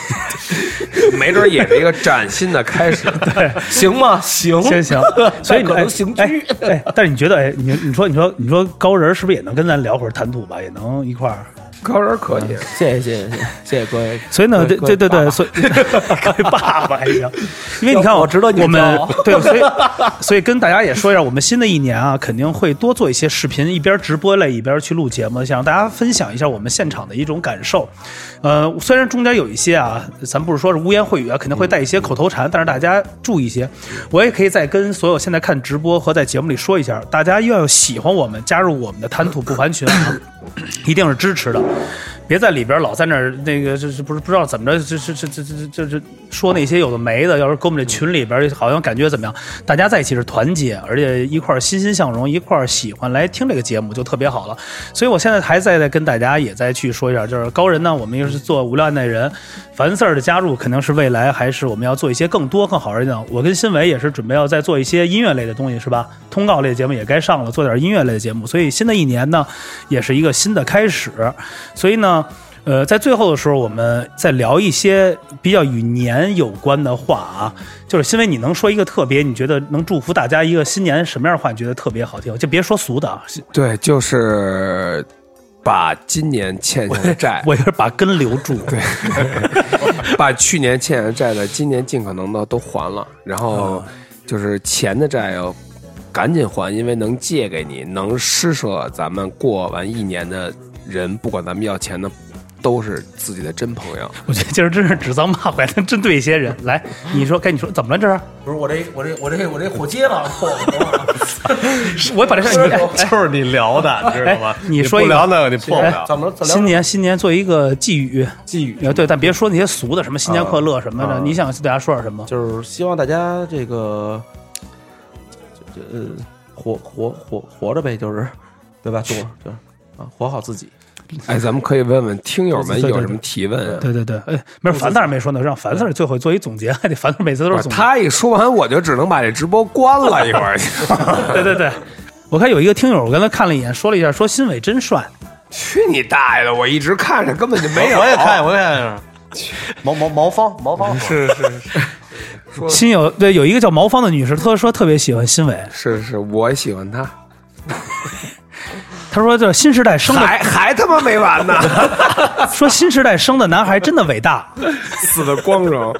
S5: <laughs>
S4: 没准也是一个崭新的开
S5: <laughs>
S4: 始。
S5: 行 <laughs> 吗？行
S2: 行行， <laughs> 所以你
S5: <laughs> 可
S2: 哎
S5: 能刑
S2: 哎
S5: 拘。
S2: 哎，但是你觉得哎，你你说你说你说高人是不是也能跟咱聊会儿谈吐吧，也能一块儿？
S4: 高人可以，啊
S5: 谢谢谢谢谢谢谢各位，
S2: 所以呢，对
S5: 各位
S2: 对对
S5: 爸
S2: 对，
S5: 爸
S2: 所以 <laughs> 各位爸爸还行，因为你看
S5: 我知道你
S2: 我们
S5: 骄傲
S2: 对，所以所以跟大家也说一下，我们新的一年啊，肯定会多做一些视频，一边直播类，一边去录节目，想让大家分享一下我们现场的一种感受。呃，虽然中间有一些啊，咱不是说是污言秽语啊，肯定会带一些口头禅，但是大家注意一些。我也可以再跟所有现在看直播和在节目里说一下，啊大家要喜欢我们，加入我们的贪吐不凡群啊。一定是支持的，别在里边老在那儿那个，这这不是不知道怎么着，这这这这这这这说那些有的没的，要是搁我们这群里边，好像感觉怎么样？大家在一起是团结，而且一块儿欣欣向荣，一块儿喜欢来听这个节目就特别好了。所以我现在还在在跟大家也再去说一下，就是高人呢，我们又是做无聊案内人，樊 Sir 的加入肯定是未来还是我们要做一些更多更好玩的地方。我跟新伟也是准备要再做一些音乐类的东西，是吧？通告类的节目也该上了，做点音乐类的节目。所以新的一年呢，也是一个新的开始。所以呢，呃，在最后的时候，我们再聊一些比较与年有关的话啊。就是新伟，你能说一个特别，你觉得能祝福大家一个新年什么样的话，你觉得特别好听？就别说俗的啊，
S4: 对，就是把今年欠下的债，
S2: <laughs> 我也是把根留
S3: <laughs>
S2: 住。对，
S4: 把去年欠的债呢，今年尽可能的都还了，然后
S2: 啊
S4: 就是钱的债要赶紧还，因为能借给你，能施舍咱们过完一年的人，不管咱们要钱的。都是自己的真朋
S2: <laughs>
S4: 友。
S2: 我觉得今儿真是指桑骂槐，但针对一些人。来，你说该你说怎么了？这
S3: <laughs>
S2: 是
S5: <laughs> 不是我这我这我这我这火接了，火
S2: 我把这事儿你哎哎
S3: <laughs> 就是你聊的，你知道吗
S2: 哎？你说一
S3: 不
S2: 个
S3: 聊那个你破不了。
S5: 怎么了？怎
S2: 新
S5: 么了？
S2: 年新年做一个寄语，
S5: 寄语
S2: 呃，对，但别说那些俗的，什么新年快乐什么的，你想给大家说点什么？
S5: 就是希望大家这个，这这呃，活活活活着呗，就是对吧？多就是啊，活好自己。
S4: 哎，咱们可以问问听友们
S2: 对对
S4: 有
S2: 对
S4: 什么提问啊？
S2: 对对对，哎，没事，樊四儿没说呢，让樊四儿最后做一总结，还得樊四儿每次都
S4: 不是
S2: 是总结。
S4: 他一说完，我就只能把这直播关了。一会儿， <laughs>
S2: 对对对，我看有一个听友，我刚才看了一眼，说了一下，说新伟真帅，
S4: 去你大爷的！我一直看着，根本就
S2: <laughs>
S4: 没有。
S3: 我也看，我也看。毛毛毛方毛方
S4: 是是是
S2: 新有对有一个叫毛芳的女士，她说特别喜欢新伟，
S4: 是是，我喜欢他，
S2: 她说这新时代生的，
S4: 还还他妈没完呢，
S2: 说新时代生的男孩真的伟大，
S4: <laughs> 死的光荣。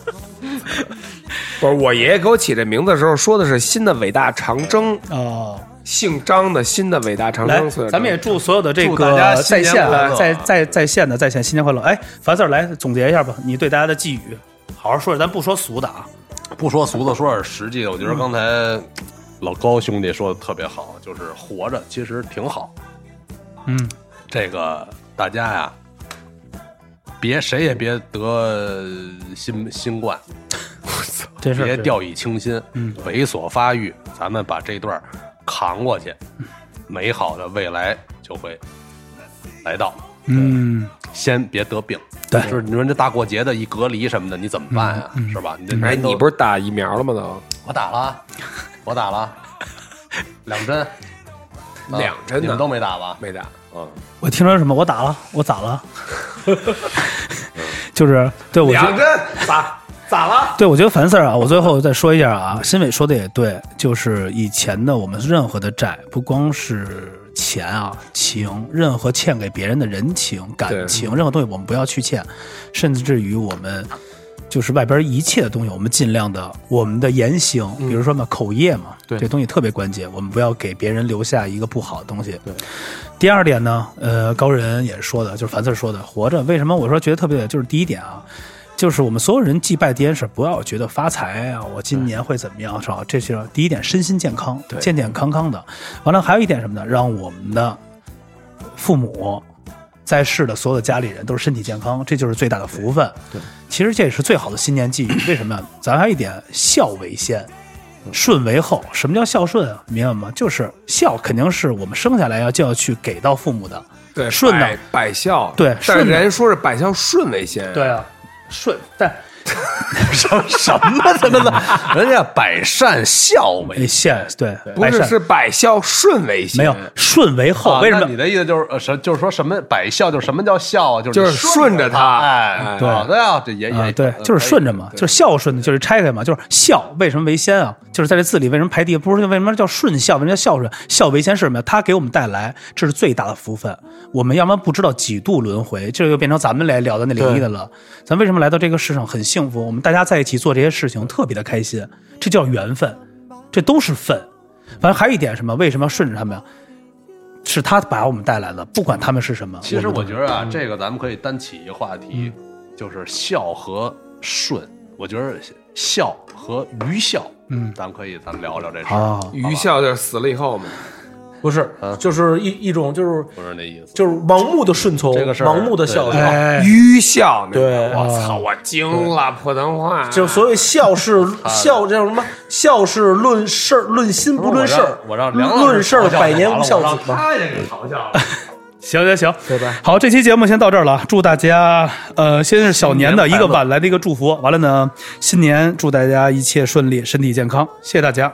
S4: 不是我爷爷给我起这名字的时候说的是新的伟大长征，
S2: 哦，
S4: 姓张的新的伟大长
S2: 来
S4: 征。所以，
S2: 咱们也祝所有的这
S3: 祝
S2: 个
S3: 大家
S2: 在
S3: 新年
S2: 线
S3: 快
S2: 啊，
S3: 乐
S2: 在在在线的在线新年快乐！哎，樊四儿来总结一下吧，你对大家的寄语，好好说说，咱不说俗的啊。
S3: 不说俗的，说点实际的。我觉得刚才老高兄弟说的特别好，就是活着其实挺好。
S2: 嗯，
S3: 这个大家呀，别谁也别得新新冠，
S2: 这事儿
S3: 别
S2: 是嗯
S3: 掉以轻心，猥琐发育，咱们把这段儿扛过去，美好的未来就会来到。
S2: 嗯，
S3: 先别得病，
S2: 对嗯
S3: 就是你说这大过节的一隔离什么的，你怎么办呀？是吧？你这
S4: 哎，
S3: 人都
S4: 你不是打疫苗了吗？都
S3: 我打了啊，我打了啊两针，啊
S4: 两针呢
S3: 你们都没
S4: <laughs>
S3: 打吧？
S4: 没打。
S3: 嗯，
S2: 我听说什么？我打了，我咋了？ <laughs> 就是对我觉得。
S4: 针咋咋了？
S2: 对，我觉得樊四儿啊，我最后再说一下啊，新伟说的也对，就是以前的我们任何的债，不光是钱啊、情，任何欠给别人的人情、感情，任何东西我们不要去欠，甚至于我们就是外边一切的东西，我们尽量的，我们的言行，比如说嘛，口业嘛，
S4: 对
S2: 这东西特别关键，我们不要给别人留下一个不好的东西。对。第二点呢，呃，高人也说的，就是樊四儿说的，活着。为什么我说觉得特别对？就是第一点啊，就是我们所有人祭拜这件事，不要觉得发财啊，我今年会怎么样，是吧？这是第一点，身心健康，健健康康的。完了，还有一点什么呢？让我们的父母在世的所有的家里人都是身体健康，这就是最大的福分。对，其实这也是最好的新年寄语。为什么呀？咱还有一点，孝为先。
S4: 嗯
S2: 顺为后，什么叫孝顺啊？明白吗？就是孝肯定是我们生下来要就要去给到父母的，
S4: 对，
S2: 顺
S4: 百
S2: 的，
S4: 百孝。
S2: 对
S4: 但是
S2: 顺的
S4: 人家说是百孝顺为先。
S2: 对啊，顺，但
S3: 什什么他妈的， <laughs> 人家百善孝为啊
S2: 哎，现对，
S4: 不
S2: 百
S4: 是
S2: 善
S4: 是百孝顺为先。
S2: 没有顺为后，
S3: 啊
S2: 为什
S3: 那
S2: 么
S3: 你？的意思就是呃什就是说什么百孝就是什么叫孝啊，就是
S4: 就是
S3: 你
S4: 顺着
S3: 他，
S4: 他
S3: 哎，
S4: 对
S3: 啊对啊，这也
S2: 啊
S3: 也，
S2: 对，就是顺着嘛，就是孝顺的，就是拆开嘛，就是孝为什么为先啊？就是在这字里为什么排第？不是为什么叫顺孝？为什么叫孝顺？孝为先是什么呀？它给我们带来这是最大的福分。我们要不然不知道几度轮回，这又变成咱们来聊的那灵异的了。咱为什么来到这个世上很幸福？我们大家在一起做这些事情特别的开心，这叫缘分，这都是份。反正还有一点什么？为什么要顺着他们呀？是他把我们带来的，不管他们是什么。
S3: 其实
S2: 们都
S3: 我觉得啊，这个咱们可以单起一话题，就是孝和顺。我觉得孝和愚孝，嗯，咱们可以咱聊聊这事儿，
S2: 啊，
S4: 愚孝就是死了以后嘛。
S5: 不是，就是一一种就是
S3: 不是那意思。
S5: 就是盲目的顺从，
S3: 这个事儿
S5: 盲目的孝顺。
S2: 哎，
S4: 愚孝那
S5: 对
S4: 个，我操，我惊了，普通
S3: 啊
S4: 话
S5: 就所谓孝是孝，叫什么？孝是论事儿，论心不论事儿。
S3: 我让我让梁老师
S5: 论事儿，
S3: 嘲笑
S5: 百年
S3: 我
S5: 无
S3: 了
S5: 孝
S3: 我让
S5: 子嘛。
S4: 他也给嘲笑了。
S2: 行行行，
S5: 对吧
S2: 好，这期节目先到这儿了，祝大家呃，先是小年的一个晚来的一个祝福，完了呢，新年祝大家一切顺利，身体健康，谢谢大家，